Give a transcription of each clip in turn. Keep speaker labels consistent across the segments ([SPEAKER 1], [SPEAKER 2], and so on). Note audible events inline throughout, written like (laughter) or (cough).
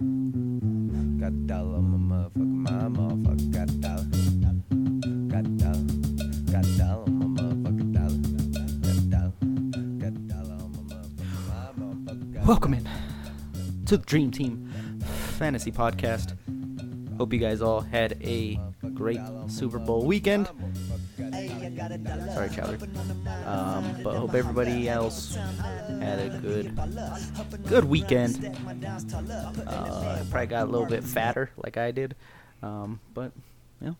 [SPEAKER 1] Got a dollar on my motherfucking mind, motherfucker. Got a dollar. Got a dollar. Got a dollar on my motherfucking dollar. Got a dollar. Got a dollar on my motherfucking mind, motherfucker. Got a
[SPEAKER 2] Welcome in to the Dream Team Fantasy Podcast. Hope you guys all had a great Super Bowl weekend. Sorry, Chowder. Um, but hope everybody else had a good, good weekend. Uh, probably got a little bit fatter, like I did. Um, but yeah,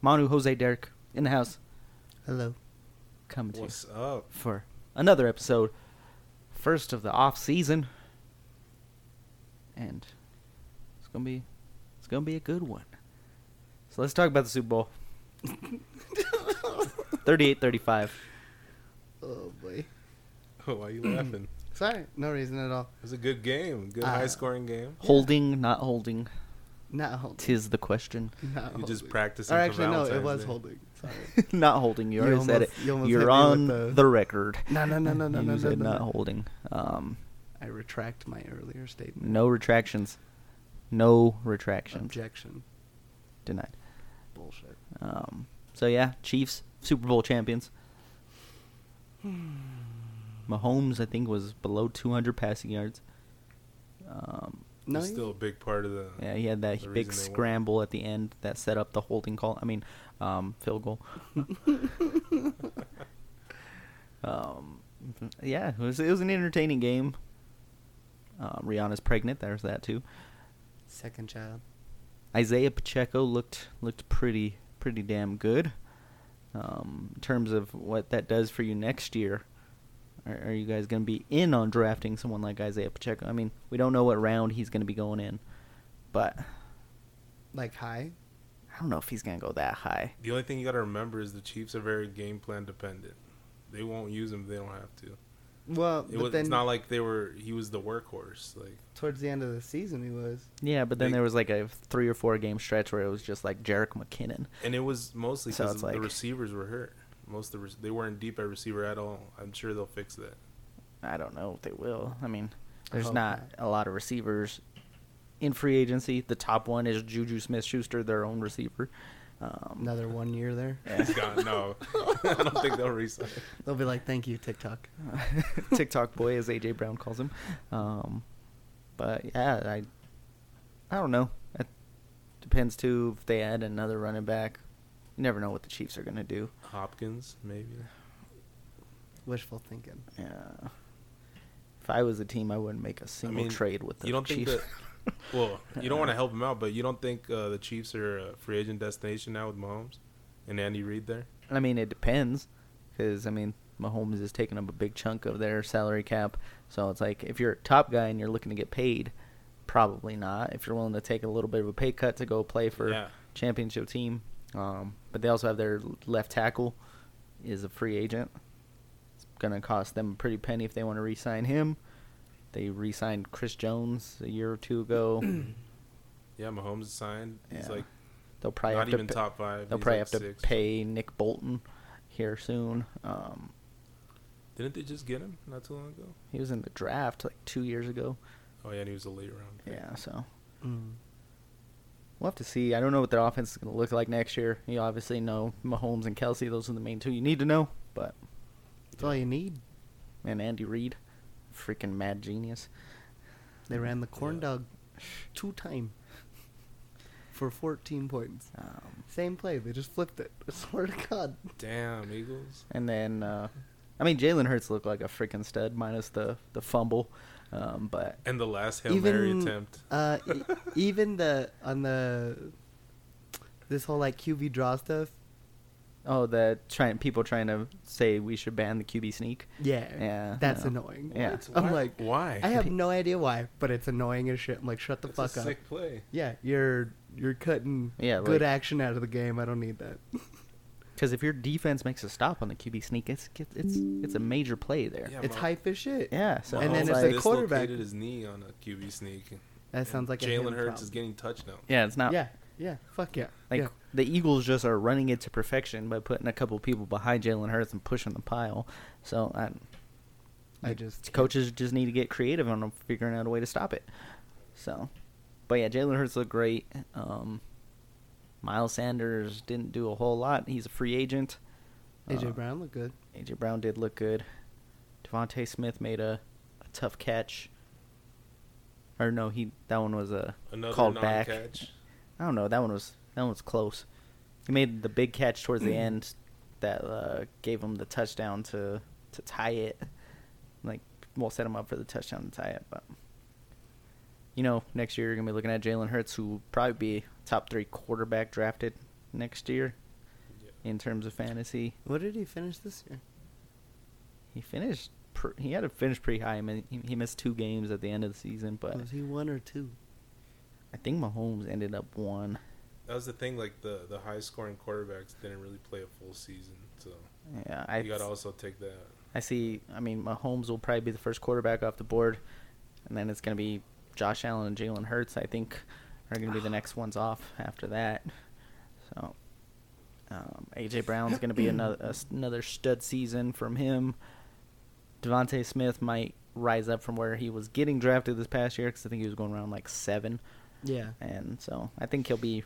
[SPEAKER 2] Manu, Jose, Derek in the house,
[SPEAKER 3] Hello.
[SPEAKER 2] coming to you
[SPEAKER 4] What's up?
[SPEAKER 2] for another episode, first of the off season, and it's gonna be it's gonna be a good one. So let's talk about the Super
[SPEAKER 3] (laughs)
[SPEAKER 2] Bowl. 38-35.
[SPEAKER 3] Oh boy.
[SPEAKER 4] (laughs) Why are you laughing?
[SPEAKER 3] Sorry, no reason at all.
[SPEAKER 4] It was a good game. Good
[SPEAKER 3] Uh,
[SPEAKER 4] high scoring game.
[SPEAKER 2] Holding, not holding,
[SPEAKER 3] Not holding.
[SPEAKER 2] tis the question. (laughs)
[SPEAKER 3] Not
[SPEAKER 4] You just
[SPEAKER 3] holding.
[SPEAKER 4] practicing.
[SPEAKER 3] Or
[SPEAKER 4] for
[SPEAKER 3] actually, no, it
[SPEAKER 4] Valentine's
[SPEAKER 3] was
[SPEAKER 4] Day.
[SPEAKER 3] holding. Sorry.
[SPEAKER 2] (laughs) not holding. You
[SPEAKER 3] You
[SPEAKER 2] already said it.
[SPEAKER 3] almost- you almost
[SPEAKER 2] You
[SPEAKER 3] hit
[SPEAKER 2] are
[SPEAKER 3] me with
[SPEAKER 2] on
[SPEAKER 3] the-
[SPEAKER 2] the record.
[SPEAKER 3] (laughs) No, no, no, no, no,
[SPEAKER 2] you
[SPEAKER 3] no, no,
[SPEAKER 2] said
[SPEAKER 3] no,
[SPEAKER 2] not
[SPEAKER 3] no.
[SPEAKER 2] holding. Um,
[SPEAKER 3] I retract my earlier statement.
[SPEAKER 2] no retractions. No retractions.
[SPEAKER 3] Objection.
[SPEAKER 2] Denied.
[SPEAKER 3] Bullshit.
[SPEAKER 2] Um, so yeah, Chiefs Super Bowl champions.
[SPEAKER 4] Hmm.
[SPEAKER 2] Mahomes, I think, was below 200 passing yards. Um,
[SPEAKER 4] It's
[SPEAKER 3] No,
[SPEAKER 4] still a big part of the.
[SPEAKER 2] yeah, he had that
[SPEAKER 4] The reason
[SPEAKER 2] big
[SPEAKER 4] they won.
[SPEAKER 2] scramble (laughs) at the end that set up the holding call. I mean, um, field
[SPEAKER 4] (laughs)
[SPEAKER 2] goal. um, yeah, it was, it was an entertaining game. Um, Rihanna's pregnant. There's that too.
[SPEAKER 3] (laughs) Second child.
[SPEAKER 2] Isaiah Pacheco looked looked pretty pretty damn good. Um, in terms of what that does for you next year, are, are you guys going to be in on drafting someone like Isaiah Pacheco? I mean, we don't know what round he's going to be going in, but
[SPEAKER 3] Like high.
[SPEAKER 2] I don't know if he's going to go that high.
[SPEAKER 4] (laughs) The only thing you got to remember is the Chiefs are very game plan dependent. They won't use him if they don't have to.
[SPEAKER 3] Well,
[SPEAKER 4] It
[SPEAKER 3] but
[SPEAKER 4] was,
[SPEAKER 3] then
[SPEAKER 4] it's not like they were. He was the workhorse. Like
[SPEAKER 3] towards the end of the season, he was.
[SPEAKER 2] Yeah, but then
[SPEAKER 4] They-
[SPEAKER 2] there was like a three or four game stretch where it was just like Jarek McKinnon.
[SPEAKER 4] And it was mostly
[SPEAKER 2] So
[SPEAKER 4] because
[SPEAKER 2] it's
[SPEAKER 4] the
[SPEAKER 2] like-
[SPEAKER 4] receivers were hurt. Most of the re- they weren't deep at receiver at all. I'm sure they'll fix that.
[SPEAKER 2] I don't know if they will. I mean, oh. there's
[SPEAKER 3] hope
[SPEAKER 2] not a lot of receivers in free agency. The top one is Juju Smith-Schuster, their own receiver. Um,
[SPEAKER 3] Another one year there.
[SPEAKER 4] He's gone.
[SPEAKER 2] (laughs)
[SPEAKER 4] No, (laughs) I don't think they'll resign.
[SPEAKER 3] (laughs) They'll be like, thank you, TikTok.
[SPEAKER 2] (laughs) TikTok boy, as AJ Brown calls him. Um, but yeah, I, I don't know. It depends too if they add another running back. You never know what the Chiefs are gonna do.
[SPEAKER 4] Hopkins maybe.
[SPEAKER 3] Wishful thinking.
[SPEAKER 2] Yeah. If I was a team, I wouldn't make a single
[SPEAKER 4] mean,
[SPEAKER 2] trade with the
[SPEAKER 4] you don't
[SPEAKER 2] Chiefs. Uh,
[SPEAKER 4] think
[SPEAKER 2] (laughs)
[SPEAKER 4] that? Well, you don't want to help him out, but you don't think uh, the Chiefs are a free agent destination now with Mahomes and Andy Reid there?
[SPEAKER 2] I mean, it depends, because I mean, Mahomes is taking up a big chunk of their salary cap. So it's like if you're a top guy and you're looking to get paid, probably not. If you're willing to take a little bit of a pay cut to go play for
[SPEAKER 4] Yeah.
[SPEAKER 2] championship team, um, but they also have their left tackle is a free agent. It's gonna cost them a pretty penny if they want to re-sign him. They re-signed Chris Jones a year or two
[SPEAKER 4] (clears throat)
[SPEAKER 2] ago.
[SPEAKER 4] Yeah, Mahomes is signed. He's
[SPEAKER 2] Yeah.
[SPEAKER 4] like
[SPEAKER 2] They'll probably
[SPEAKER 4] not
[SPEAKER 2] have
[SPEAKER 4] even
[SPEAKER 2] to pa-
[SPEAKER 4] top five.
[SPEAKER 2] They'll
[SPEAKER 4] He's
[SPEAKER 2] probably
[SPEAKER 4] like
[SPEAKER 2] have to
[SPEAKER 4] six.
[SPEAKER 2] pay Nick Bolton here soon. Um,
[SPEAKER 4] Didn't they just get him not too long ago?
[SPEAKER 2] He was in the draft like two years ago.
[SPEAKER 4] Oh yeah, and he was a late round. pick.
[SPEAKER 2] Yeah, so
[SPEAKER 3] Mm.
[SPEAKER 2] we'll have to see. I don't know what their offense is going to look like next year. You obviously know Mahomes and Kelsey; those are the main two you need to know. But
[SPEAKER 3] That's all you need.
[SPEAKER 2] and Andy Reid, freaking mad genius.
[SPEAKER 3] They ran the corn
[SPEAKER 4] Yeah.
[SPEAKER 3] dog two time for 14 points.
[SPEAKER 2] Um,
[SPEAKER 3] Same play. They just flipped it. (laughs) I swear to God.
[SPEAKER 4] Damn Eagles.
[SPEAKER 2] and then, uh, I mean, Jalen Hurts looked like a freaking stud, minus the the fumble. Um, but
[SPEAKER 4] And the last Hail Mary
[SPEAKER 3] Even-
[SPEAKER 4] attempt.
[SPEAKER 3] Uh,
[SPEAKER 4] (laughs)
[SPEAKER 3] e- even the on the this whole like QB draw stuff.
[SPEAKER 2] oh, the trying people trying to say we should ban the QB sneak.
[SPEAKER 3] Yeah,
[SPEAKER 2] Yeah,
[SPEAKER 3] that's
[SPEAKER 2] no.
[SPEAKER 3] annoying.
[SPEAKER 2] Yeah.
[SPEAKER 4] What?
[SPEAKER 3] I'm
[SPEAKER 4] Why-
[SPEAKER 3] like,
[SPEAKER 4] why?
[SPEAKER 3] I have no idea why, but it's annoying as shit. I'm like, shut the
[SPEAKER 4] That's
[SPEAKER 3] fuck
[SPEAKER 4] a
[SPEAKER 3] up.
[SPEAKER 4] sick play.
[SPEAKER 3] Yeah, you're you're cutting
[SPEAKER 2] Yeah,
[SPEAKER 3] good
[SPEAKER 2] like-
[SPEAKER 3] action out of the game. I don't need that.
[SPEAKER 2] Because if your defense makes a stop on the QB sneak, it's it's it's a major play there.
[SPEAKER 4] Yeah,
[SPEAKER 3] it's
[SPEAKER 4] Mah-
[SPEAKER 3] hype as shit.
[SPEAKER 2] Yeah, so
[SPEAKER 3] and then
[SPEAKER 2] it's
[SPEAKER 3] if
[SPEAKER 4] Mahomes
[SPEAKER 2] like-
[SPEAKER 3] the quarterback-
[SPEAKER 4] dislocated his knee on a QB sneak.
[SPEAKER 3] That sounds like a him
[SPEAKER 4] Jalen Hurts is
[SPEAKER 3] problem.
[SPEAKER 4] getting touchdowns.
[SPEAKER 2] yeah, it's not.
[SPEAKER 3] Yeah, yeah, fuck yeah.
[SPEAKER 2] Like
[SPEAKER 3] yeah.
[SPEAKER 2] the Eagles just are running it to perfection by putting a couple people behind Jalen Hurts and pushing the pile. So I,
[SPEAKER 3] I just
[SPEAKER 2] coaches just need to get creative on figuring out a way to stop it. So, but yeah, Jalen Hurts looked great. Um, Miles Sanders didn't do a whole lot. He's a free agent.
[SPEAKER 3] AJ
[SPEAKER 2] Uh,
[SPEAKER 3] Brown looked good.
[SPEAKER 2] AJ Brown did look good. Devontae Smith made a, a tough catch. Or no, he that one was a
[SPEAKER 4] Another
[SPEAKER 2] called back.
[SPEAKER 4] non-catch.
[SPEAKER 2] I don't know. That one was that one was close. He made the big catch towards
[SPEAKER 3] Mm.
[SPEAKER 2] the end that uh, gave him the touchdown to to tie it. Like, well, set him up for the touchdown to tie it. But you know, next year you're gonna be looking at Jalen Hurts, who will probably be top three quarterback drafted next year in terms of fantasy.
[SPEAKER 3] What did he finish this year?
[SPEAKER 2] He finished. Pr- he had to finish pretty high. I mean, he, he missed two games at the end of the season, but
[SPEAKER 3] was he one or two?
[SPEAKER 2] I think Mahomes ended up one.
[SPEAKER 4] That was the thing. Like the the high scoring quarterbacks didn't really play a full season, so
[SPEAKER 2] Yeah, I
[SPEAKER 4] you got to also take that.
[SPEAKER 2] I see. I mean, Mahomes will probably be the first quarterback off the board, and then it's going to be Josh Allen and Jalen Hurts. I think are going to be the next ones off after that. So um, AJ Brown's going to be another a s- another stud season from him. Devonte Smith might rise up from where he was getting drafted this past year because I think he was going around like seven,
[SPEAKER 3] Yeah.
[SPEAKER 2] and so I think he'll be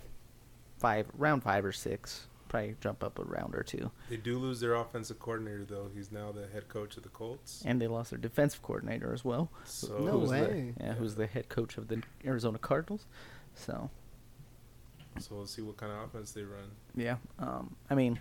[SPEAKER 2] five round five or six. Probably jump up a round or two.
[SPEAKER 4] They do lose their offensive coordinator though. He's now the head coach of the Colts.
[SPEAKER 2] And they lost their defensive coordinator as well.
[SPEAKER 4] So
[SPEAKER 3] No
[SPEAKER 2] who's
[SPEAKER 3] way.
[SPEAKER 2] The, yeah, who's the head coach of the Arizona Cardinals. So,
[SPEAKER 4] So we'll see what kind of offense they run.
[SPEAKER 2] yeah. Um, I mean,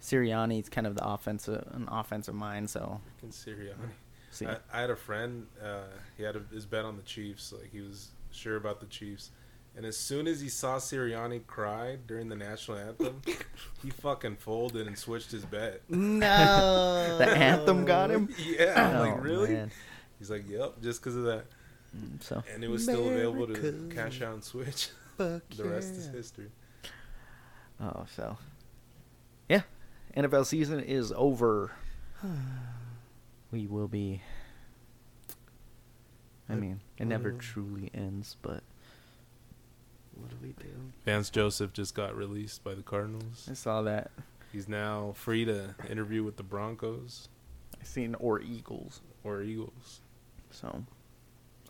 [SPEAKER 2] Sirianni's kind of the offensive, an offensive mind, so
[SPEAKER 4] Freaking Sirianni.
[SPEAKER 2] see.
[SPEAKER 4] I, I had a friend. Uh, he had a, his bet on the Chiefs. Like he was sure about the Chiefs. And as soon as he saw Sirianni cry during the
[SPEAKER 2] (laughs)
[SPEAKER 4] national anthem, he fucking folded and switched his bet.
[SPEAKER 3] No.
[SPEAKER 2] (laughs) the anthem got (laughs) him?
[SPEAKER 4] Yeah, I'm
[SPEAKER 2] Oh,
[SPEAKER 4] like really?
[SPEAKER 2] man.
[SPEAKER 4] He's like, yep, just because of that.
[SPEAKER 2] Mm, So,
[SPEAKER 4] And it was still available to
[SPEAKER 3] America.
[SPEAKER 4] cash out and switch. (laughs)
[SPEAKER 3] Fuck
[SPEAKER 4] the rest is
[SPEAKER 3] yeah.
[SPEAKER 4] history.
[SPEAKER 2] oh, so. Yeah. NFL season is (sighs) over. we will be. I
[SPEAKER 3] Uh,
[SPEAKER 2] mean, it never
[SPEAKER 3] uh,
[SPEAKER 2] truly ends, but
[SPEAKER 3] What do we do?
[SPEAKER 4] Vance Joseph just got released by the Cardinals.
[SPEAKER 2] I saw that.
[SPEAKER 4] He's now free to interview with the Broncos
[SPEAKER 2] I seen or Eagles.
[SPEAKER 4] or Eagles.
[SPEAKER 2] So,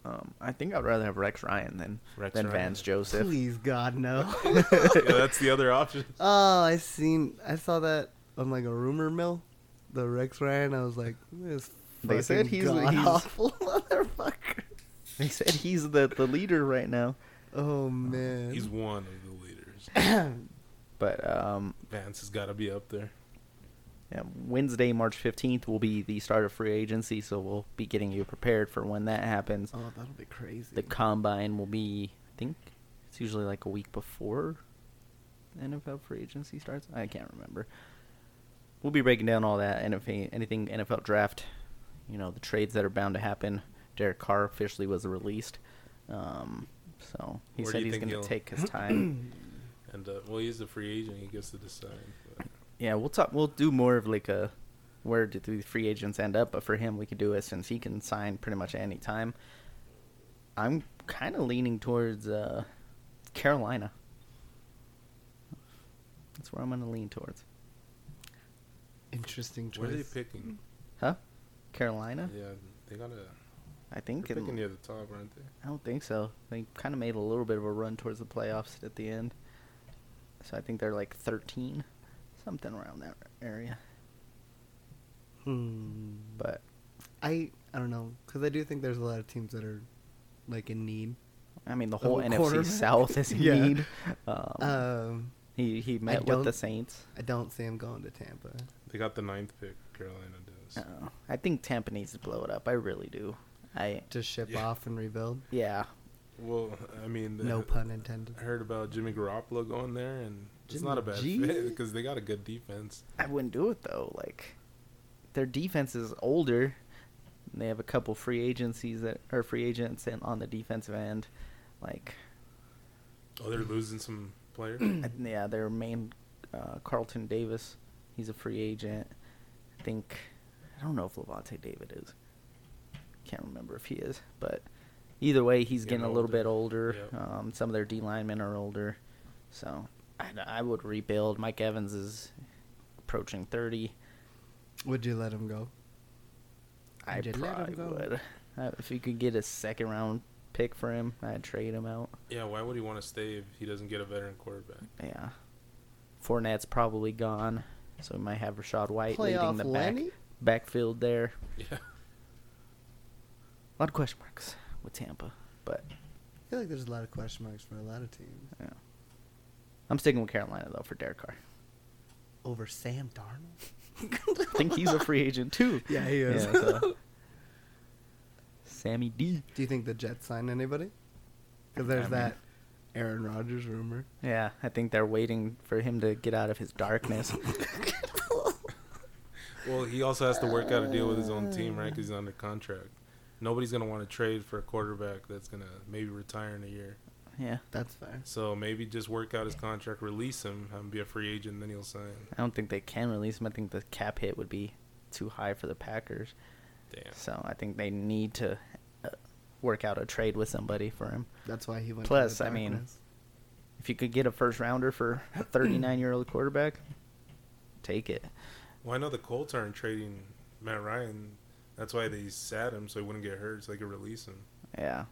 [SPEAKER 2] um, I think I'd rather have Rex Ryan than
[SPEAKER 4] Rex
[SPEAKER 2] than
[SPEAKER 4] Ryan.
[SPEAKER 2] Vance Joseph.
[SPEAKER 3] Please God no.
[SPEAKER 4] (laughs) yeah, that's the other option.
[SPEAKER 3] (laughs) oh, I seen I saw that on like a rumor mill. The Rex Ryan, I was like, this
[SPEAKER 2] They said he's- he's-
[SPEAKER 3] awful (laughs) motherfucker.
[SPEAKER 2] (laughs) They said he's the, the leader right now.
[SPEAKER 3] Oh man. (coughs)
[SPEAKER 4] He's one of the leaders.
[SPEAKER 2] But um,
[SPEAKER 4] Vance has got to be up there.
[SPEAKER 2] yeah, Wednesday, March 15th, will be the start of free agency, so we'll be getting you prepared for when that happens.
[SPEAKER 3] oh, that'll be crazy.
[SPEAKER 2] The combine will be, I think, it's usually like a week before NFL free agency starts. I can't remember. We'll be breaking down all that, NFA, anything NFL draft, you know, the trades that are bound to happen. Derek Carr officially was released. Um, so he
[SPEAKER 4] Where
[SPEAKER 2] said
[SPEAKER 4] do you
[SPEAKER 2] he's
[SPEAKER 4] think
[SPEAKER 2] going to
[SPEAKER 4] he'll-
[SPEAKER 2] take his
[SPEAKER 4] (clears throat)
[SPEAKER 2] time.
[SPEAKER 4] And uh, well, he's a free agent. He gets to decide. But
[SPEAKER 2] Yeah, we'll talk. We'll do more of like a where do the free agents end up, but for him, we could do it since he can sign pretty much any time. I'm kind of leaning towards uh, Carolina. That's where I'm gonna lean towards,
[SPEAKER 3] Interesting
[SPEAKER 4] what are they
[SPEAKER 3] choice.
[SPEAKER 4] picking?
[SPEAKER 2] huh? Carolina?
[SPEAKER 4] Yeah, they got to.
[SPEAKER 2] I
[SPEAKER 4] They're
[SPEAKER 2] think.
[SPEAKER 4] picking
[SPEAKER 2] In,
[SPEAKER 4] near the top, aren't they?
[SPEAKER 2] I don't think so. They kind of made a little bit of a run towards the playoffs at the end, so I think they're like 13, something around that area.
[SPEAKER 3] Hmm.
[SPEAKER 2] But
[SPEAKER 3] I I don't know because I do think there's a lot of teams that are like in need.
[SPEAKER 2] I mean, the
[SPEAKER 3] The
[SPEAKER 2] whole
[SPEAKER 3] whole
[SPEAKER 2] NFC
[SPEAKER 3] quarterback?
[SPEAKER 2] South
[SPEAKER 3] (laughs)
[SPEAKER 2] is in
[SPEAKER 3] Yeah.
[SPEAKER 2] need. Um,
[SPEAKER 3] Um,
[SPEAKER 2] He he met with the
[SPEAKER 3] don't-
[SPEAKER 2] Saints.
[SPEAKER 3] I don't see him going to Tampa.
[SPEAKER 4] They got the ninth pick. Carolina does.
[SPEAKER 2] Uh, I think Tampa needs to blow it up. I really do. I
[SPEAKER 3] Just ship
[SPEAKER 4] Yeah.
[SPEAKER 3] off and rebuild.
[SPEAKER 2] yeah.
[SPEAKER 4] Well, I mean, the, (laughs)
[SPEAKER 3] No pun intended.
[SPEAKER 4] I heard about Jimmy Garoppolo going there, and it's not a bad
[SPEAKER 3] Jimmy G?
[SPEAKER 4] fit because they got a good defense.
[SPEAKER 2] I wouldn't do it though. Like their defense is older. and They have a couple free agencies that are free agents and on the defensive end. Like
[SPEAKER 4] Oh, they're losing some players.
[SPEAKER 3] (clears throat)
[SPEAKER 2] I- yeah, their main uh, Carlton Davis, he's a free agent. I think I don't know if Levante David is. Can't remember if he is, but either way, he's
[SPEAKER 4] Getting
[SPEAKER 2] getting, a little
[SPEAKER 4] older.
[SPEAKER 2] bit older.
[SPEAKER 4] Yep.
[SPEAKER 2] Um, some of their D linemen are older, so I, I would rebuild. Mike Evans is approaching thirty.
[SPEAKER 3] Would you let him go?
[SPEAKER 2] I
[SPEAKER 3] Would you let him
[SPEAKER 2] probably
[SPEAKER 3] go?
[SPEAKER 2] would. Uh, if you could get a second round pick for him, I'd trade him out.
[SPEAKER 4] Yeah, why would he want to stay if he doesn't get a veteran quarterback? (laughs)
[SPEAKER 2] Yeah. Fournette's probably gone, so we might have Rashad White leading
[SPEAKER 3] Playoff
[SPEAKER 2] the back,
[SPEAKER 3] Lenny?
[SPEAKER 2] backfield there.
[SPEAKER 4] Yeah.
[SPEAKER 2] A lot of question marks with Tampa, but
[SPEAKER 3] I feel like there's a lot of question marks for a lot of teams.
[SPEAKER 2] yeah. I'm sticking with Carolina though for Derek Carr.
[SPEAKER 3] Over Sam (laughs) Darnold?
[SPEAKER 2] I think he's a
[SPEAKER 3] (laughs)
[SPEAKER 2] free agent too.
[SPEAKER 3] Yeah, he is.
[SPEAKER 2] so- Sammy D.
[SPEAKER 3] Do you think the Jets signed anybody? Because there's
[SPEAKER 2] I mean-
[SPEAKER 3] that Aaron Rodgers rumor.
[SPEAKER 2] Yeah, I think they're waiting for him to get out of his darkness.
[SPEAKER 4] Well, he also has to work out a deal with his own team, right? Because he's under contract. Nobody's gonna want to trade for a quarterback that's gonna maybe retire in a year.
[SPEAKER 2] (laughs) yeah,
[SPEAKER 3] That's fair.
[SPEAKER 4] So maybe just work out his contract, release him, have him be a free agent, then he'll sign.
[SPEAKER 2] I don't think they can release him. I think the cap hit would be too high for the Packers.
[SPEAKER 4] Damn.
[SPEAKER 2] So I think they need to uh, work out a trade with somebody for him.
[SPEAKER 3] That's why he went. to
[SPEAKER 2] Plus,
[SPEAKER 3] the
[SPEAKER 2] I mean,
[SPEAKER 3] darkness.
[SPEAKER 2] If you could get a first rounder for
[SPEAKER 4] (clears throat)
[SPEAKER 2] a 39 year old quarterback, take it.
[SPEAKER 4] Well, I know the Colts aren't trading Matt Ryan. That's why they sat him so he wouldn't get hurt, so they could release him.
[SPEAKER 2] Yeah.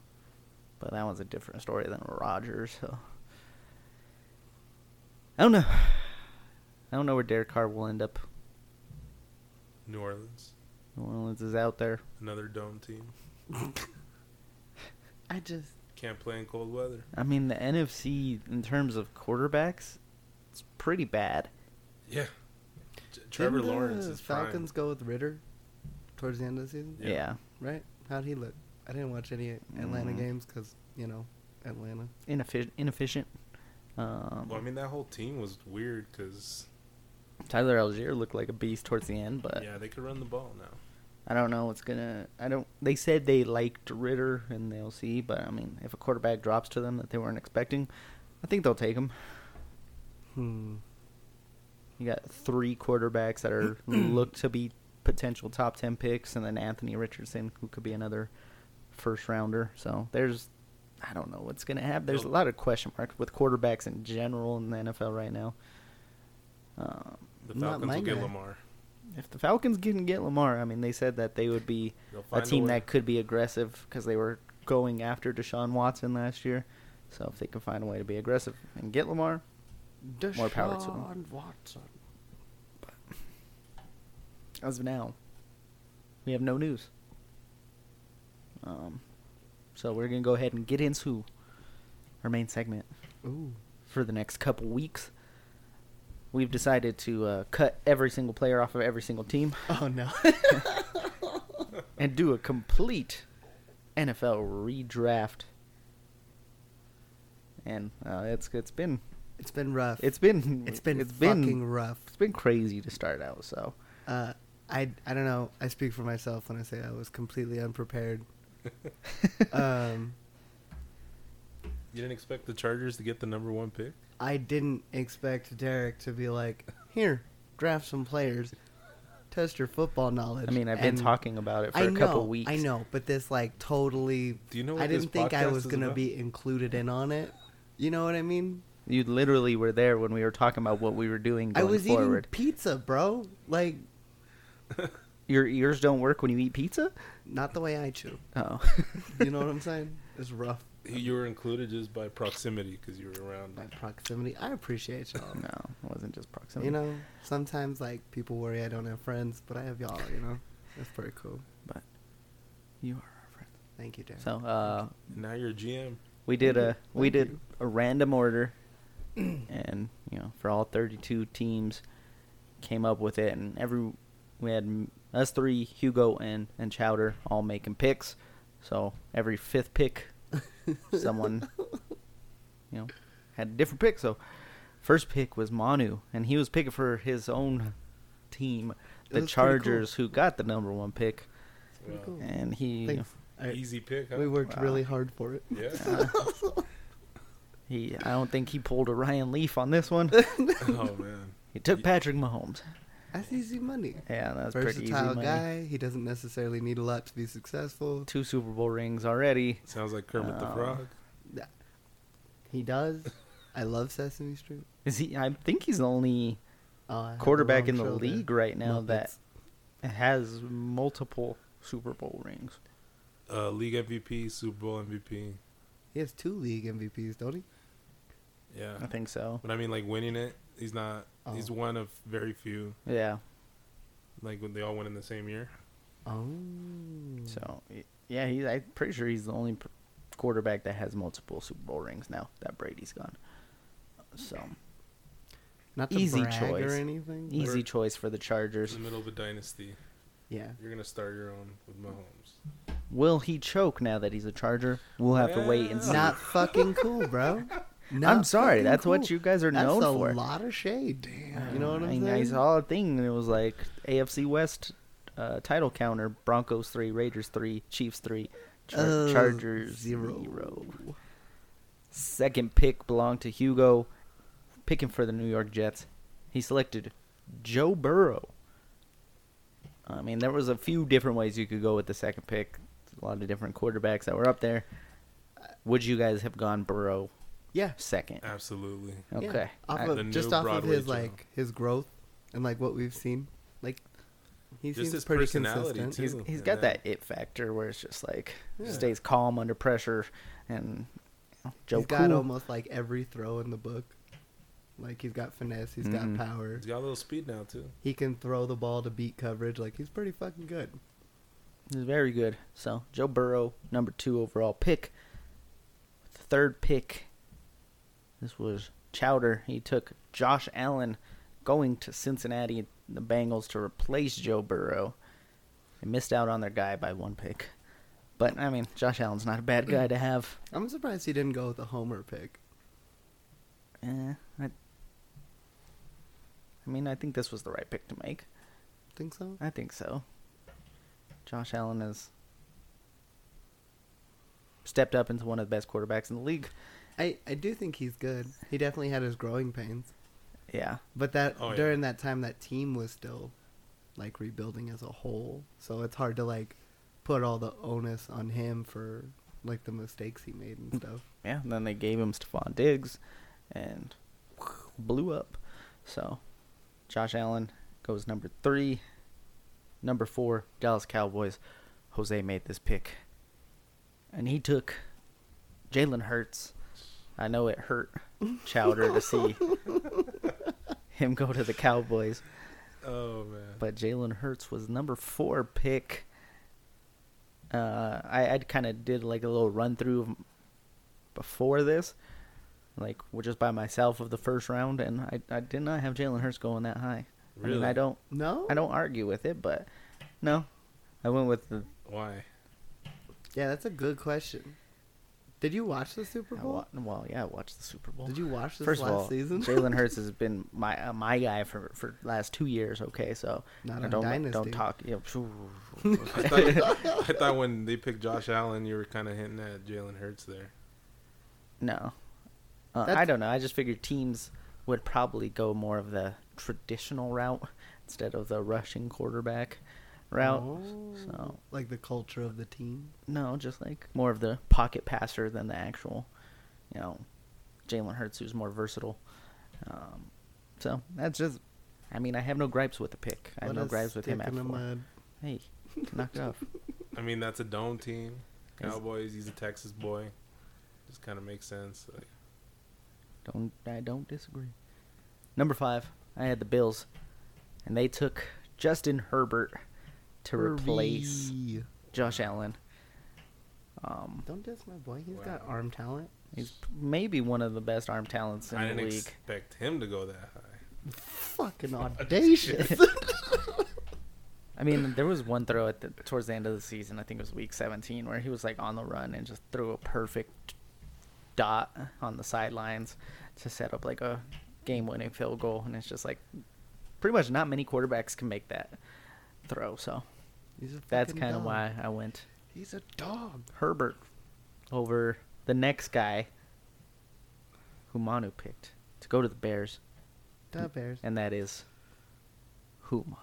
[SPEAKER 2] But that one's a different story than Rodgers, so I don't know. I don't know where Derek Carr will end up.
[SPEAKER 4] New Orleans,
[SPEAKER 2] New Orleans is out there.
[SPEAKER 4] another dome team,
[SPEAKER 3] I just
[SPEAKER 4] can't play in cold weather.
[SPEAKER 2] I mean, the NFC in terms of quarterbacks, it's pretty bad.
[SPEAKER 4] Yeah. T- Trevor
[SPEAKER 3] didn't the
[SPEAKER 4] Lawrence is
[SPEAKER 3] Falcons
[SPEAKER 4] Falcons.
[SPEAKER 3] go with Ritter towards the end of the season,
[SPEAKER 4] Yeah.
[SPEAKER 2] Yeah.
[SPEAKER 3] right? How'd he look? I didn't watch any Atlanta
[SPEAKER 2] Mm.
[SPEAKER 3] games because you know Atlanta.
[SPEAKER 2] Ineffi- inefficient. Um,
[SPEAKER 4] Well, I mean that whole team was weird because
[SPEAKER 2] Tyler Algier looked like a beast towards the end, but
[SPEAKER 4] yeah, they could run the ball now.
[SPEAKER 2] I don't know what's gonna. I don't. They said they liked Ritter, and they'll see. But I mean, if a quarterback drops to them that they weren't expecting, I think they'll take him.
[SPEAKER 3] Hmm.
[SPEAKER 2] You got three quarterbacks that are looked to be potential top ten picks, and then Anthony Richardson, who could be another first rounder. So there's, I don't know what's gonna happen. There's a lot of question marks with quarterbacks in general in the NFL right now. Um,
[SPEAKER 4] The
[SPEAKER 3] Not
[SPEAKER 4] Falcons
[SPEAKER 3] my
[SPEAKER 4] will get
[SPEAKER 3] guy. (laughs)
[SPEAKER 4] Lamar. (laughs)
[SPEAKER 2] if the Falcons didn't get Lamar, I mean, they said that they would be
[SPEAKER 4] They'll
[SPEAKER 2] a
[SPEAKER 4] find a
[SPEAKER 2] team
[SPEAKER 4] way.
[SPEAKER 2] that could be aggressive because they were going after Deshaun Watson last year. So if they can find a way to be aggressive and get Lamar, More power to him.
[SPEAKER 3] Deshaun Watson.
[SPEAKER 2] as of now, we have no news. Um, so we're gonna go ahead and get into our main segment
[SPEAKER 3] Ooh.
[SPEAKER 2] (laughs) for the next couple weeks. We've decided to uh, cut every single player off of every single team (laughs)
[SPEAKER 3] Oh no.
[SPEAKER 2] and do a complete NFL redraft. And uh, it's it's been
[SPEAKER 3] (laughs) it's been rough.
[SPEAKER 2] it's been
[SPEAKER 3] it's been
[SPEAKER 2] it's
[SPEAKER 3] fucking
[SPEAKER 2] been
[SPEAKER 3] rough.
[SPEAKER 2] it's been crazy to start out. So
[SPEAKER 3] Uh, I I don't know. I speak for myself when I say I was completely unprepared. um,
[SPEAKER 4] You didn't expect the Chargers to get the number one pick?
[SPEAKER 3] I didn't expect Derek to be like, here, draft some players, test your football knowledge.
[SPEAKER 2] (laughs) I mean, I've been
[SPEAKER 3] And
[SPEAKER 2] talking about it for
[SPEAKER 3] I
[SPEAKER 2] a couple
[SPEAKER 3] know,
[SPEAKER 2] weeks.
[SPEAKER 3] I know, but this like totally.
[SPEAKER 4] Do you know
[SPEAKER 3] I
[SPEAKER 4] what this
[SPEAKER 3] didn't think I
[SPEAKER 4] podcast
[SPEAKER 3] was
[SPEAKER 4] is
[SPEAKER 3] gonna
[SPEAKER 4] about?
[SPEAKER 3] be included in on it. You know what I mean?
[SPEAKER 2] You literally were there when we were talking about what we were doing
[SPEAKER 3] I
[SPEAKER 2] going
[SPEAKER 3] was
[SPEAKER 2] forward.
[SPEAKER 3] eating pizza, bro. Like,
[SPEAKER 2] Your ears don't work when you eat pizza?
[SPEAKER 3] not the way I chew.
[SPEAKER 2] Oh. (laughs)
[SPEAKER 3] You know what I'm saying? It's rough.
[SPEAKER 4] You were included just by proximity because you were around.
[SPEAKER 3] My proximity. I appreciate y'all.
[SPEAKER 2] no, it wasn't just proximity.
[SPEAKER 3] You know, sometimes like people worry I don't have friends, but I have y'all. You know, that's pretty cool.
[SPEAKER 2] But you are our friend.
[SPEAKER 3] Thank you, Derek.
[SPEAKER 2] So, uh,
[SPEAKER 4] Now you're a GM.
[SPEAKER 2] we did a we
[SPEAKER 3] Thank
[SPEAKER 2] did
[SPEAKER 3] you.
[SPEAKER 2] a random order
[SPEAKER 3] (clears throat)
[SPEAKER 2] and, you know, for all 32 teams came up with it and every we had m- us three, Hugo and and Chowder all making picks. So, every fifth pick
[SPEAKER 3] (laughs)
[SPEAKER 2] someone you know had a different pick. So first pick was Manu, and he was picking for his own team,
[SPEAKER 3] That's
[SPEAKER 2] the
[SPEAKER 3] pretty
[SPEAKER 2] Chargers, who got the number one pick,
[SPEAKER 3] pretty
[SPEAKER 4] Wow.
[SPEAKER 3] cool.
[SPEAKER 2] and he
[SPEAKER 3] Thanks. I-
[SPEAKER 4] Easy pick, huh?
[SPEAKER 3] we worked
[SPEAKER 2] Wow.
[SPEAKER 3] really hard for it.
[SPEAKER 4] Yeah.
[SPEAKER 3] (laughs)
[SPEAKER 4] (laughs)
[SPEAKER 2] he I don't think he pulled a Ryan Leaf on this
[SPEAKER 3] (laughs)
[SPEAKER 2] one.
[SPEAKER 4] oh, man.
[SPEAKER 2] he took Patrick Mahomes.
[SPEAKER 3] That's easy money.
[SPEAKER 2] Yeah, that's pretty easy
[SPEAKER 3] Versatile
[SPEAKER 2] money.
[SPEAKER 3] guy. He doesn't necessarily need a lot to be successful.
[SPEAKER 2] Two Super Bowl rings already.
[SPEAKER 4] Sounds like Kermit the
[SPEAKER 3] Oh.
[SPEAKER 2] Um,
[SPEAKER 4] Frog.
[SPEAKER 3] He does. (laughs) I love Sesame Street.
[SPEAKER 2] Is he? I think he's the only
[SPEAKER 3] Oh, I had
[SPEAKER 2] quarterback
[SPEAKER 3] wrong
[SPEAKER 2] in the
[SPEAKER 3] show there.
[SPEAKER 2] league right now
[SPEAKER 3] Muppets.
[SPEAKER 2] that has multiple Super Bowl rings.
[SPEAKER 4] uh, league MVP, Super Bowl MVP.
[SPEAKER 3] He has two league MVPs, don't he?
[SPEAKER 4] Yeah,
[SPEAKER 2] I think so.
[SPEAKER 4] but I mean, like winning it, he's not. He's
[SPEAKER 3] Oh.
[SPEAKER 4] one of very few.
[SPEAKER 2] Yeah.
[SPEAKER 4] Like when they all win in the same year.
[SPEAKER 3] Oh.
[SPEAKER 2] So y- yeah, he's. I'm pretty sure he's the only p- quarterback that has multiple Super Bowl rings now that Brady's gone. So
[SPEAKER 3] Not to
[SPEAKER 2] easy
[SPEAKER 3] brag
[SPEAKER 2] choice.
[SPEAKER 3] or anything. but-
[SPEAKER 2] easy choice for the
[SPEAKER 4] In
[SPEAKER 2] Chargers.
[SPEAKER 4] the middle of a dynasty,
[SPEAKER 3] Yeah.
[SPEAKER 4] you're gonna start your own with Mahomes.
[SPEAKER 2] Will he choke now that he's a Charger? We'll have to wait and see.
[SPEAKER 3] (laughs) Not fucking cool, bro. Not
[SPEAKER 2] I'm sorry.
[SPEAKER 3] fucking
[SPEAKER 2] That's
[SPEAKER 3] cool.
[SPEAKER 2] what you guys are
[SPEAKER 3] That's
[SPEAKER 2] known
[SPEAKER 3] a
[SPEAKER 2] for.
[SPEAKER 3] lot of shade. Damn. You know what
[SPEAKER 2] I,
[SPEAKER 3] I'm saying?
[SPEAKER 2] I saw a thing and it was like AFC West uh, title counter: Broncos three, Raiders three, Chiefs three, Char-
[SPEAKER 3] Uh,
[SPEAKER 2] Chargers
[SPEAKER 3] zero.
[SPEAKER 2] zero. Second pick belonged to Hugo, picking for the New York Jets. He selected Joe Burrow. I mean, there was a few different ways you could go with the second pick. A lot of different quarterbacks that were up there. Would you guys have gone Burrow
[SPEAKER 3] Yeah.
[SPEAKER 2] second?
[SPEAKER 4] Absolutely.
[SPEAKER 2] Okay.
[SPEAKER 3] Yeah. Off
[SPEAKER 2] I-
[SPEAKER 4] The
[SPEAKER 3] of,
[SPEAKER 4] new
[SPEAKER 3] just off
[SPEAKER 4] Broadway
[SPEAKER 3] of his
[SPEAKER 4] Joe.
[SPEAKER 3] like his growth and like what we've seen, like he
[SPEAKER 4] Just
[SPEAKER 3] seems
[SPEAKER 4] his
[SPEAKER 3] pretty
[SPEAKER 4] personality,
[SPEAKER 3] consistent.
[SPEAKER 4] too.
[SPEAKER 2] he's,
[SPEAKER 4] Ooh,
[SPEAKER 2] he's
[SPEAKER 4] and
[SPEAKER 2] got
[SPEAKER 4] that-
[SPEAKER 2] that it factor where it's just like
[SPEAKER 4] Yeah.
[SPEAKER 2] stays calm under pressure and you know, Joe
[SPEAKER 3] he's got
[SPEAKER 2] Cool.
[SPEAKER 3] almost like every throw in the book. Like he's got finesse, he's
[SPEAKER 2] Mhm.
[SPEAKER 3] got power.
[SPEAKER 4] He's got a little speed now too.
[SPEAKER 3] He can throw the ball to beat coverage. Like he's pretty fucking good.
[SPEAKER 2] He's very good. So Joe Burrow, number two overall pick. Third pick. This was Chowder. He took Josh Allen going to Cincinnati the Bengals to replace Joe Burrow. They missed out on their guy by one pick. But I mean, Josh Allen's not a bad guy to have.
[SPEAKER 3] I'm surprised he didn't go with the homer pick.
[SPEAKER 2] Eh, I, I mean, I think this was the right pick to make.
[SPEAKER 3] Think so?
[SPEAKER 2] I think so. Josh Allen has stepped up into one of the best quarterbacks in the league.
[SPEAKER 3] I I do think he's good. He definitely had his growing pains,
[SPEAKER 2] Yeah.
[SPEAKER 3] but that
[SPEAKER 4] Oh, yeah.
[SPEAKER 3] during that time, that team was still like rebuilding as a whole. So it's hard to like put all the onus on him for like the mistakes he made and stuff.
[SPEAKER 2] Yeah. And then they gave him Stephon Diggs and blew up. So Josh Allen goes number three. Number four, Dallas Cowboys. Jose made this pick. And he took Jalen Hurts. I know it hurt Chowder to see him go to the Cowboys.
[SPEAKER 4] Oh man.
[SPEAKER 2] but Jalen Hurts was number four pick. Uh, I I kind of did like a little run through of m- before this, like we're just by myself of the first round, and I I did not have Jalen Hurts going that high. I mean, I
[SPEAKER 4] Really?
[SPEAKER 2] don't
[SPEAKER 3] No,
[SPEAKER 2] I don't argue with it, but no, I went with the
[SPEAKER 4] Why?
[SPEAKER 3] Yeah, that's a good question. Did you watch the Super
[SPEAKER 2] I
[SPEAKER 3] Bowl?
[SPEAKER 2] wa- well yeah I watched the Super Bowl.
[SPEAKER 3] Did you watch this
[SPEAKER 2] First
[SPEAKER 3] last
[SPEAKER 2] of all,
[SPEAKER 3] season? (laughs)
[SPEAKER 2] Jalen Hurts has been my uh, my guy for for last two years. Okay, so
[SPEAKER 3] Not
[SPEAKER 2] I
[SPEAKER 3] on
[SPEAKER 2] don't
[SPEAKER 3] Dynasty.
[SPEAKER 2] don't talk. You know,
[SPEAKER 4] I thought, I thought when they picked Josh Allen, you were kind of hinting at Jalen Hurts there.
[SPEAKER 2] No. Uh, I
[SPEAKER 3] That's-
[SPEAKER 2] don't know. I just figured teams would probably go more of the traditional route (laughs) instead of the rushing quarterback route. So,
[SPEAKER 3] Oh. like the culture of the team.
[SPEAKER 2] no, just like more of the pocket passer than the actual, you know, Jalen Hurts, who's more versatile. Um, so, that's just, I mean, I have no gripes with the pick. I have
[SPEAKER 3] What
[SPEAKER 2] no
[SPEAKER 3] a
[SPEAKER 2] gripes with him
[SPEAKER 3] stick
[SPEAKER 2] at
[SPEAKER 3] in the
[SPEAKER 2] four.
[SPEAKER 3] mud.
[SPEAKER 2] Hey, knock it off.
[SPEAKER 3] (laughs)
[SPEAKER 4] I mean, that's a dome team.
[SPEAKER 2] Yes.
[SPEAKER 4] Cowboys. He's a Texas boy. Just kind of makes sense. Like,
[SPEAKER 2] Don't I don't disagree. Number five, I had the Bills, and they took Justin Herbert to replace
[SPEAKER 3] Hurry.
[SPEAKER 2] Josh Allen. Um,
[SPEAKER 3] Don't diss my boy. He's
[SPEAKER 4] Wow.
[SPEAKER 3] got
[SPEAKER 2] (laughs)
[SPEAKER 3] arm talent.
[SPEAKER 2] he's maybe one of the best arm talents in
[SPEAKER 4] I
[SPEAKER 2] the
[SPEAKER 4] didn't
[SPEAKER 2] league.
[SPEAKER 4] expect him to go that high. (laughs)
[SPEAKER 3] Fucking audacious.
[SPEAKER 2] I mean, there was one throw at the towards the end of the season. I think it was week 17 where he was like on the run and just threw a perfect dot on the sidelines to set up like a game-winning field goal. And it's just like pretty much not many quarterbacks can make that throw. So
[SPEAKER 3] He's a
[SPEAKER 2] that's
[SPEAKER 3] fucking
[SPEAKER 2] kind of
[SPEAKER 3] dog.
[SPEAKER 2] why I went
[SPEAKER 3] He's a dog.
[SPEAKER 2] Herbert over the next guy who Manu picked to go to the Bears,
[SPEAKER 3] The Bears.
[SPEAKER 2] and that is who Manu.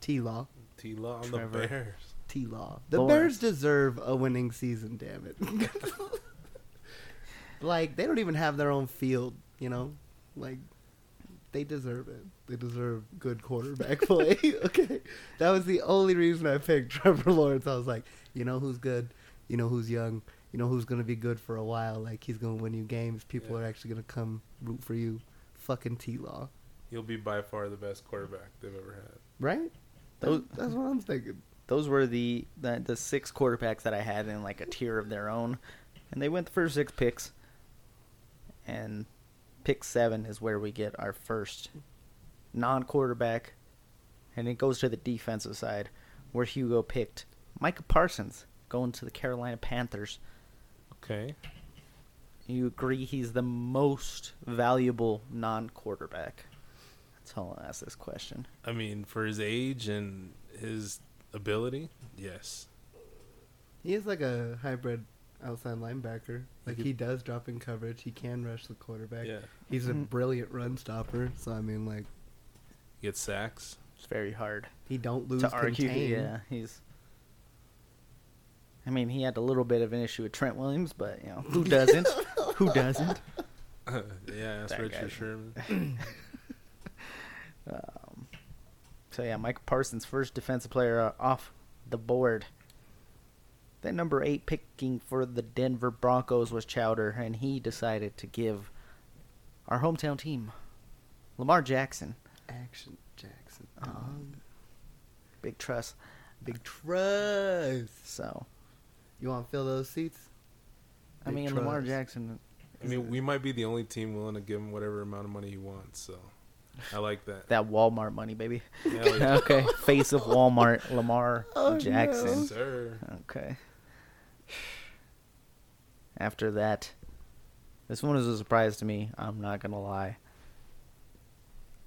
[SPEAKER 3] T Law.
[SPEAKER 4] T Law on
[SPEAKER 2] Trevor.
[SPEAKER 4] the Bears.
[SPEAKER 3] T Law. The
[SPEAKER 2] Lawrence.
[SPEAKER 3] Bears deserve a winning season, damn it. (laughs) like, they don't even have their own field, you know? Like, they deserve it. They deserve good quarterback (laughs) play. okay, that was the only reason I picked (laughs) Trevor Lawrence. I was like, you know who's good, you know who's young, you know who's gonna be good for a while. Like he's gonna win you games. People
[SPEAKER 4] Yeah.
[SPEAKER 3] are actually gonna come root for you. Fucking T Law,
[SPEAKER 4] He'll be by far the best quarterback they've ever had.
[SPEAKER 3] right?
[SPEAKER 2] Those-
[SPEAKER 3] That- that's what I'm thinking.
[SPEAKER 2] Those were the, the the six quarterbacks that I had in like a tier of their own, and they went the first six picks. And pick seven is where we get our first non-quarterback, and it goes to the defensive side, where Hugo picked Micah Parsons going to the Carolina Panthers.
[SPEAKER 4] Okay.
[SPEAKER 2] You agree he's the most valuable non-quarterback? That's all I'll ask this question.
[SPEAKER 4] I mean, for his age and his ability, yes.
[SPEAKER 3] He is like a hybrid outside linebacker. Like
[SPEAKER 4] could-
[SPEAKER 3] he does drop in coverage. He can rush the quarterback.
[SPEAKER 4] Yeah.
[SPEAKER 3] He's a
[SPEAKER 2] Mhm.
[SPEAKER 3] brilliant run stopper. So I mean, like
[SPEAKER 2] (laughs)
[SPEAKER 4] Get sacks.
[SPEAKER 2] It's very hard.
[SPEAKER 3] he don't lose
[SPEAKER 2] to argue.
[SPEAKER 3] contain. (laughs)
[SPEAKER 2] Yeah, he's. I mean, he had a little bit of an issue with Trent Williams, but you know who
[SPEAKER 3] (laughs)
[SPEAKER 2] doesn't? who doesn't?
[SPEAKER 4] yeah, that's
[SPEAKER 2] That
[SPEAKER 4] Richard
[SPEAKER 2] guy. (laughs)
[SPEAKER 4] Sherman.
[SPEAKER 2] So yeah, Mike Parsons, first defensive player uh, off the board. Then number eight picking for the Denver Broncos was Chowder, and he decided to give our hometown team, Lamar Jackson,
[SPEAKER 3] Action Jackson. Um,
[SPEAKER 2] Oh.
[SPEAKER 3] dog.
[SPEAKER 2] big trust.
[SPEAKER 3] Big trust.
[SPEAKER 2] So
[SPEAKER 3] You want to fill those seats?
[SPEAKER 2] I
[SPEAKER 3] Big
[SPEAKER 2] mean, Lamar
[SPEAKER 3] trust.
[SPEAKER 2] Jackson.
[SPEAKER 4] I mean, we might be the only team willing to give him whatever amount of money he wants. So, I like that.
[SPEAKER 2] That Walmart money, (laughs) baby.
[SPEAKER 4] Yeah, like-
[SPEAKER 2] okay, (laughs) face of Walmart, (laughs) Lamar
[SPEAKER 3] Oh,
[SPEAKER 2] Jackson.
[SPEAKER 4] (laughs) Yes, sir.
[SPEAKER 2] Okay. (sighs) After that, this one was a surprise to me. I'm not gonna lie.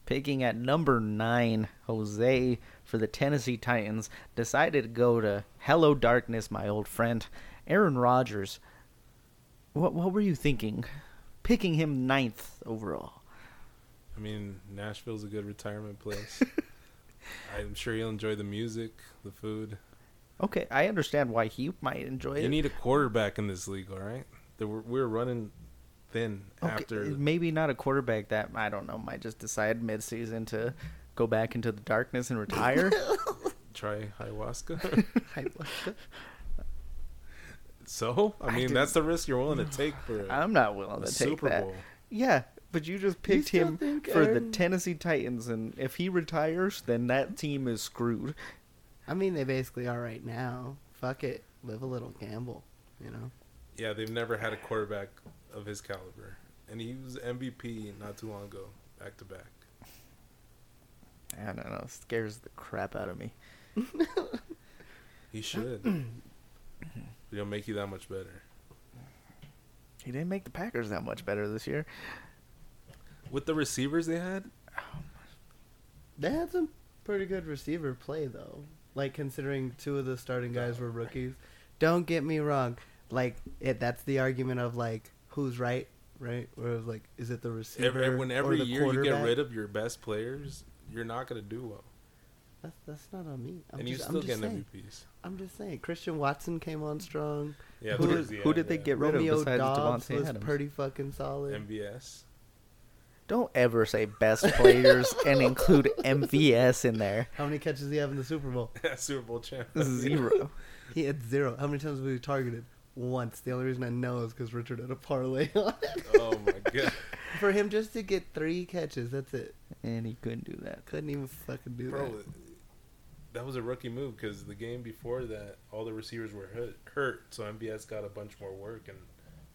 [SPEAKER 2] Picking at number nine, Jose for the Tennessee Titans decided to go to "Hello Darkness, My Old Friend," Aaron Rodgers. What what were you thinking, picking him ninth overall?
[SPEAKER 4] I mean, Nashville's a good
[SPEAKER 2] (laughs)
[SPEAKER 4] retirement place. I'm sure you'll enjoy the music, the food.
[SPEAKER 2] Okay, I understand why he might enjoy it.
[SPEAKER 4] You need a quarterback in this league, all right? They were, we were running thin
[SPEAKER 2] Okay,
[SPEAKER 4] after.
[SPEAKER 2] maybe not a quarterback that I don't know might just decide midseason to go back into the darkness and
[SPEAKER 3] (laughs)
[SPEAKER 2] retire.
[SPEAKER 4] Try
[SPEAKER 2] (laughs)
[SPEAKER 4] ayahuasca.
[SPEAKER 3] Ayahuasca.
[SPEAKER 4] so, I
[SPEAKER 2] I
[SPEAKER 4] mean,
[SPEAKER 2] didn't-
[SPEAKER 4] that's the risk you're willing to take for a,
[SPEAKER 2] I'm not willing to
[SPEAKER 4] a
[SPEAKER 2] take
[SPEAKER 4] Super
[SPEAKER 2] that.
[SPEAKER 4] Bowl.
[SPEAKER 2] Yeah, but you just
[SPEAKER 3] You
[SPEAKER 2] picked
[SPEAKER 3] still
[SPEAKER 2] him
[SPEAKER 3] think
[SPEAKER 2] for the
[SPEAKER 3] Aaron-
[SPEAKER 2] Tennessee Titans, and if he retires, then that team is screwed.
[SPEAKER 3] (laughs) I mean, they basically are right now. Fuck it. Live a little gamble. You know.
[SPEAKER 4] Yeah, they've never had a quarterback of his caliber. And he was MVP not too long ago, back to back.
[SPEAKER 2] I don't know. It scares the crap out of me.
[SPEAKER 4] He should. It'll make you that much better.
[SPEAKER 2] He didn't make the Packers that much better this year.
[SPEAKER 4] With the receivers they had,
[SPEAKER 3] They had some pretty good receiver play though. Like considering two of the starting guys were rookies. Don't get me wrong. Like it, that's the argument of like who's right, right? Where it was like, is it the receiver
[SPEAKER 4] every, when
[SPEAKER 3] or
[SPEAKER 4] every
[SPEAKER 3] the
[SPEAKER 4] year you get
[SPEAKER 3] quarterback?
[SPEAKER 4] rid of your best players, you're not going to do well.
[SPEAKER 3] That's, that's not on me. I'm
[SPEAKER 4] and
[SPEAKER 3] just,
[SPEAKER 4] you
[SPEAKER 3] I'm
[SPEAKER 4] still
[SPEAKER 3] just
[SPEAKER 4] get
[SPEAKER 3] saying.
[SPEAKER 4] MVPs.
[SPEAKER 3] I'm just saying. Christian Watson came on strong.
[SPEAKER 4] Yeah,
[SPEAKER 2] who,
[SPEAKER 4] there's-
[SPEAKER 2] did,
[SPEAKER 4] yeah,
[SPEAKER 2] who did they
[SPEAKER 4] yeah.
[SPEAKER 2] get rid
[SPEAKER 3] Romeo
[SPEAKER 2] of besides
[SPEAKER 3] Dobbs
[SPEAKER 2] Devontae
[SPEAKER 3] was
[SPEAKER 2] Adams?
[SPEAKER 3] pretty fucking solid.
[SPEAKER 4] MVS.
[SPEAKER 2] Don't ever say
[SPEAKER 3] (laughs)
[SPEAKER 2] best players and include MVS in there.
[SPEAKER 3] How many catches did he have in the Super Bowl?
[SPEAKER 4] (laughs) Super Bowl champ.
[SPEAKER 2] Zero.
[SPEAKER 3] He had zero. How many times was he targeted? Once. The only reason I know is because Richard had a parlay (laughs) on it.
[SPEAKER 4] oh my god.
[SPEAKER 3] For him just to get three catches, that's it.
[SPEAKER 2] and he couldn't do that.
[SPEAKER 3] Couldn't even fucking do
[SPEAKER 4] Bro,
[SPEAKER 3] that.
[SPEAKER 4] that was a rookie move because the game before that, all the receivers were hurt, hurt so MVS got a bunch more work and,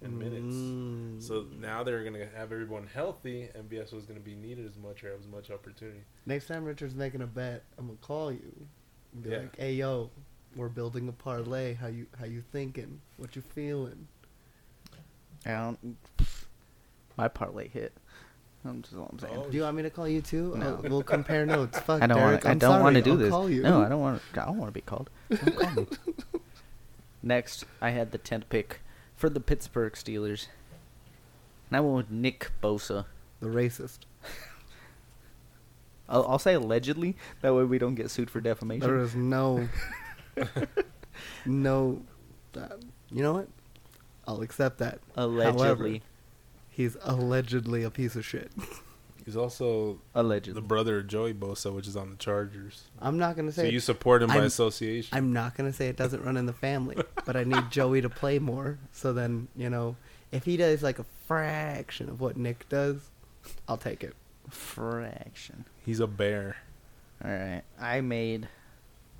[SPEAKER 4] and minutes.
[SPEAKER 3] Mm.
[SPEAKER 4] So now they're going to have everyone healthy. MVS was going to be needed as much or have as much opportunity.
[SPEAKER 3] Next time Richard's making a bet, I'm gonna call you. And be
[SPEAKER 4] Yeah.
[SPEAKER 3] like, hey yo, we're building a parlay. How you how you thinking? What you feeling?
[SPEAKER 2] I don't. My parlay hit. I'm just all I'm saying.
[SPEAKER 4] Oh,
[SPEAKER 3] Do you want me to call you too?
[SPEAKER 2] No.
[SPEAKER 3] I'll-
[SPEAKER 2] (laughs)
[SPEAKER 3] we'll compare notes. Fuck,
[SPEAKER 2] I don't want.
[SPEAKER 3] Derek,
[SPEAKER 2] to I
[SPEAKER 3] I'm
[SPEAKER 2] don't want to
[SPEAKER 3] sorry.
[SPEAKER 2] do
[SPEAKER 3] I'll
[SPEAKER 2] this.
[SPEAKER 3] Call you.
[SPEAKER 2] No, I don't want. I don't want to be called. Don't call
[SPEAKER 3] (laughs)
[SPEAKER 2] me. Next, I had the tenth pick for the Pittsburgh Steelers, and I went with Nick Bosa.
[SPEAKER 3] The racist.
[SPEAKER 2] I'll, I'll say allegedly. That way we don't get sued for defamation.
[SPEAKER 3] There
[SPEAKER 2] (laughs)
[SPEAKER 3] is no, no. Uh, you know what? I'll accept that.
[SPEAKER 2] allegedly,
[SPEAKER 3] However, he's allegedly a piece of shit.
[SPEAKER 4] He's also the
[SPEAKER 2] Allegedly.
[SPEAKER 4] brother of Joey Bosa, which is on the Chargers.
[SPEAKER 3] I'm not gonna
[SPEAKER 4] So
[SPEAKER 3] say.
[SPEAKER 4] you support him by
[SPEAKER 3] I'm-
[SPEAKER 4] association.
[SPEAKER 3] I'm not gonna say it doesn't run in the family, but I need Joey to play more. So then you know, if he does like a fraction of what Nick does, I'll take it.
[SPEAKER 2] Fraction.
[SPEAKER 4] He's a bear.
[SPEAKER 2] All right. I made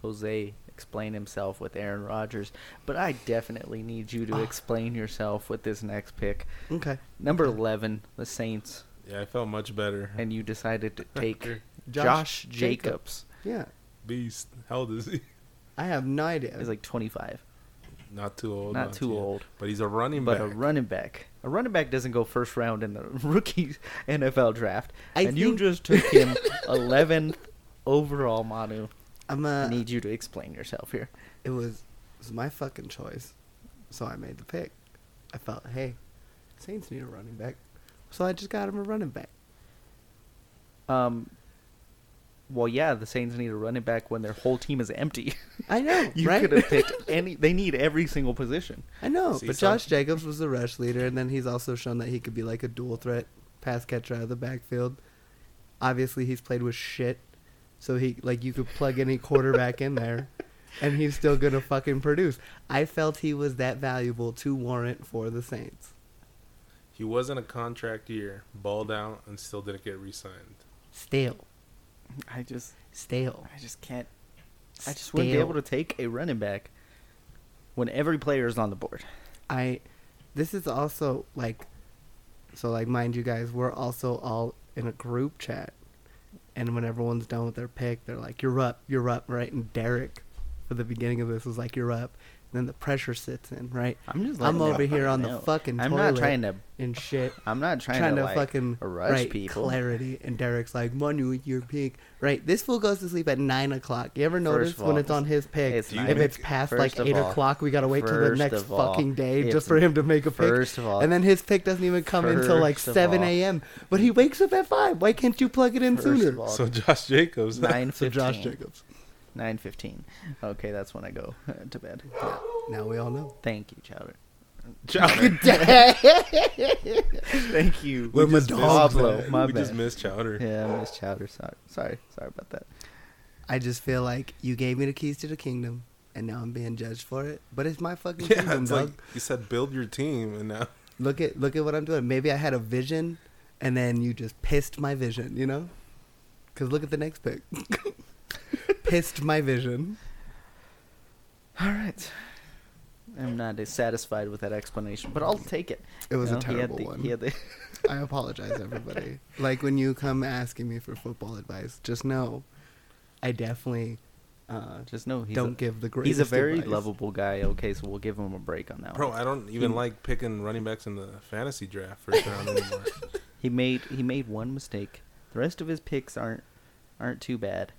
[SPEAKER 2] Jose explain himself with Aaron Rodgers, but I definitely need you to
[SPEAKER 3] Ah.
[SPEAKER 2] explain yourself with this next pick.
[SPEAKER 3] Okay,
[SPEAKER 2] Number 11, the Saints,
[SPEAKER 4] Yeah, I felt much better.
[SPEAKER 2] and you decided
[SPEAKER 3] (laughs)
[SPEAKER 2] to take
[SPEAKER 3] Josh
[SPEAKER 2] Josh, Jacobs.
[SPEAKER 3] Jacobs. yeah,
[SPEAKER 4] Beast. How old is he? (laughs)
[SPEAKER 3] I have no idea.
[SPEAKER 2] He's like 25.
[SPEAKER 4] Not too old.
[SPEAKER 2] Not too old.
[SPEAKER 4] But he's a running
[SPEAKER 2] But
[SPEAKER 4] back.
[SPEAKER 2] a running back. A running back doesn't go first round in the (laughs) rookie NFL draft.
[SPEAKER 3] I
[SPEAKER 2] and you
[SPEAKER 3] think-
[SPEAKER 2] just took
[SPEAKER 3] (laughs)
[SPEAKER 2] him 11th overall, Manu.
[SPEAKER 3] I'm
[SPEAKER 2] I
[SPEAKER 3] uh,
[SPEAKER 2] need you to explain yourself here.
[SPEAKER 3] it was it was my fucking choice, so I made the pick. I felt, hey, Saints need a running back, so I just got him a running back.
[SPEAKER 2] Um, well, yeah, the Saints need a running back when their whole team is empty. (laughs)
[SPEAKER 3] I (laughs) know,
[SPEAKER 2] you
[SPEAKER 3] right?
[SPEAKER 2] could have picked any. They need every single position.
[SPEAKER 3] I know,
[SPEAKER 4] See,
[SPEAKER 3] but
[SPEAKER 4] so-
[SPEAKER 3] Josh Jacobs was the rush leader, and then he's also shown that he could be like a dual threat pass catcher out of the backfield. Obviously, he's played with shit, so he like you could plug any quarterback in there, and he's still gonna fucking produce. I felt he was that valuable to warrant for the Saints.
[SPEAKER 4] He was in a contract year, balled out, and still didn't get re signed.
[SPEAKER 3] Stale,
[SPEAKER 2] I just,
[SPEAKER 3] stale.
[SPEAKER 2] I just can't. I just wouldn't be
[SPEAKER 3] Stale.
[SPEAKER 2] able to take a running back when every player is on the board.
[SPEAKER 3] I this is also like so like mind you guys, we're also all in a group chat. And when everyone's done with their pick, they're like, You're up, you're up, right? And Derek for the beginning of this was like, You're up and then the pressure sits in, right?
[SPEAKER 2] I'm just. letting
[SPEAKER 3] I'm over
[SPEAKER 2] everybody
[SPEAKER 3] here on
[SPEAKER 2] know.
[SPEAKER 3] the fucking
[SPEAKER 2] I'm
[SPEAKER 3] toilet
[SPEAKER 2] not trying to.
[SPEAKER 3] and shit.
[SPEAKER 2] I'm not trying,
[SPEAKER 3] Trying, to,
[SPEAKER 2] like,
[SPEAKER 3] fucking
[SPEAKER 2] rush
[SPEAKER 3] right,
[SPEAKER 2] people.
[SPEAKER 3] clarity and Derek's like, Manu with your pick. Right. This fool goes to sleep at nine o'clock. You ever
[SPEAKER 2] First
[SPEAKER 3] notice
[SPEAKER 2] of
[SPEAKER 3] when
[SPEAKER 2] all,
[SPEAKER 3] it's on his pick?
[SPEAKER 2] it's
[SPEAKER 4] nine
[SPEAKER 3] if it's
[SPEAKER 4] o'clock.
[SPEAKER 3] past
[SPEAKER 2] First
[SPEAKER 3] like
[SPEAKER 2] of
[SPEAKER 3] eight
[SPEAKER 2] all-
[SPEAKER 3] o'clock, we gotta wait till the
[SPEAKER 2] first
[SPEAKER 3] next
[SPEAKER 2] of all,
[SPEAKER 3] fucking day
[SPEAKER 2] it's-
[SPEAKER 3] just for him to make a pick.
[SPEAKER 2] First of all,
[SPEAKER 3] And then his pick doesn't even come until like
[SPEAKER 2] First of
[SPEAKER 3] 7
[SPEAKER 2] all-
[SPEAKER 3] a.m. But he wakes up at 5. Why can't you plug it in
[SPEAKER 2] First
[SPEAKER 3] sooner?
[SPEAKER 2] of all,
[SPEAKER 4] So Josh Jacobs. (laughs)
[SPEAKER 2] nine
[SPEAKER 3] So Josh
[SPEAKER 2] fifteen.
[SPEAKER 3] Jacobs.
[SPEAKER 2] Nine fifteen. Okay, that's when I go (laughs) uh, to bed.
[SPEAKER 3] Now we all know.
[SPEAKER 2] Thank you, Chowder.
[SPEAKER 4] Chowder.
[SPEAKER 2] (laughs) Thank you.
[SPEAKER 3] Where
[SPEAKER 4] We
[SPEAKER 3] my
[SPEAKER 4] just missed-
[SPEAKER 3] dog's
[SPEAKER 2] at. My
[SPEAKER 4] We just
[SPEAKER 2] bad.
[SPEAKER 4] missed Chowder. (laughs)
[SPEAKER 2] Yeah, I Miss Chowder. Sorry, sorry, sorry about that.
[SPEAKER 3] I just feel like you gave me the keys to the kingdom, and now I'm being judged for it. But it's my fucking
[SPEAKER 4] (laughs) Yeah,
[SPEAKER 3] kingdom,
[SPEAKER 4] it's
[SPEAKER 3] dog.
[SPEAKER 4] like you said, build your team,
[SPEAKER 3] (laughs)
[SPEAKER 4] and now
[SPEAKER 3] Look at look at what I'm doing. Maybe I had a vision, and then you just pissed my vision. You know, because look at the next pick. (laughs) pissed my vision.
[SPEAKER 2] All right. I'm not as satisfied with that explanation, but I'll take it.
[SPEAKER 3] It was
[SPEAKER 2] You
[SPEAKER 3] a
[SPEAKER 2] know, he had
[SPEAKER 3] terrible
[SPEAKER 2] the-
[SPEAKER 3] one.
[SPEAKER 2] He had the, (laughs)
[SPEAKER 3] I apologize, everybody. like when you come asking me for football advice, just know, I definitely uh,
[SPEAKER 2] just no. He's
[SPEAKER 3] don't
[SPEAKER 2] a,
[SPEAKER 3] give the greatest.
[SPEAKER 2] He's a very
[SPEAKER 3] advice.
[SPEAKER 2] lovable guy. Okay, so we'll give him a break on that
[SPEAKER 4] bro,
[SPEAKER 2] one.
[SPEAKER 4] I don't even
[SPEAKER 2] He-
[SPEAKER 4] like picking running backs in the fantasy draft first round anymore.
[SPEAKER 3] (laughs)
[SPEAKER 2] He made he made one mistake. The rest of his picks aren't aren't too bad.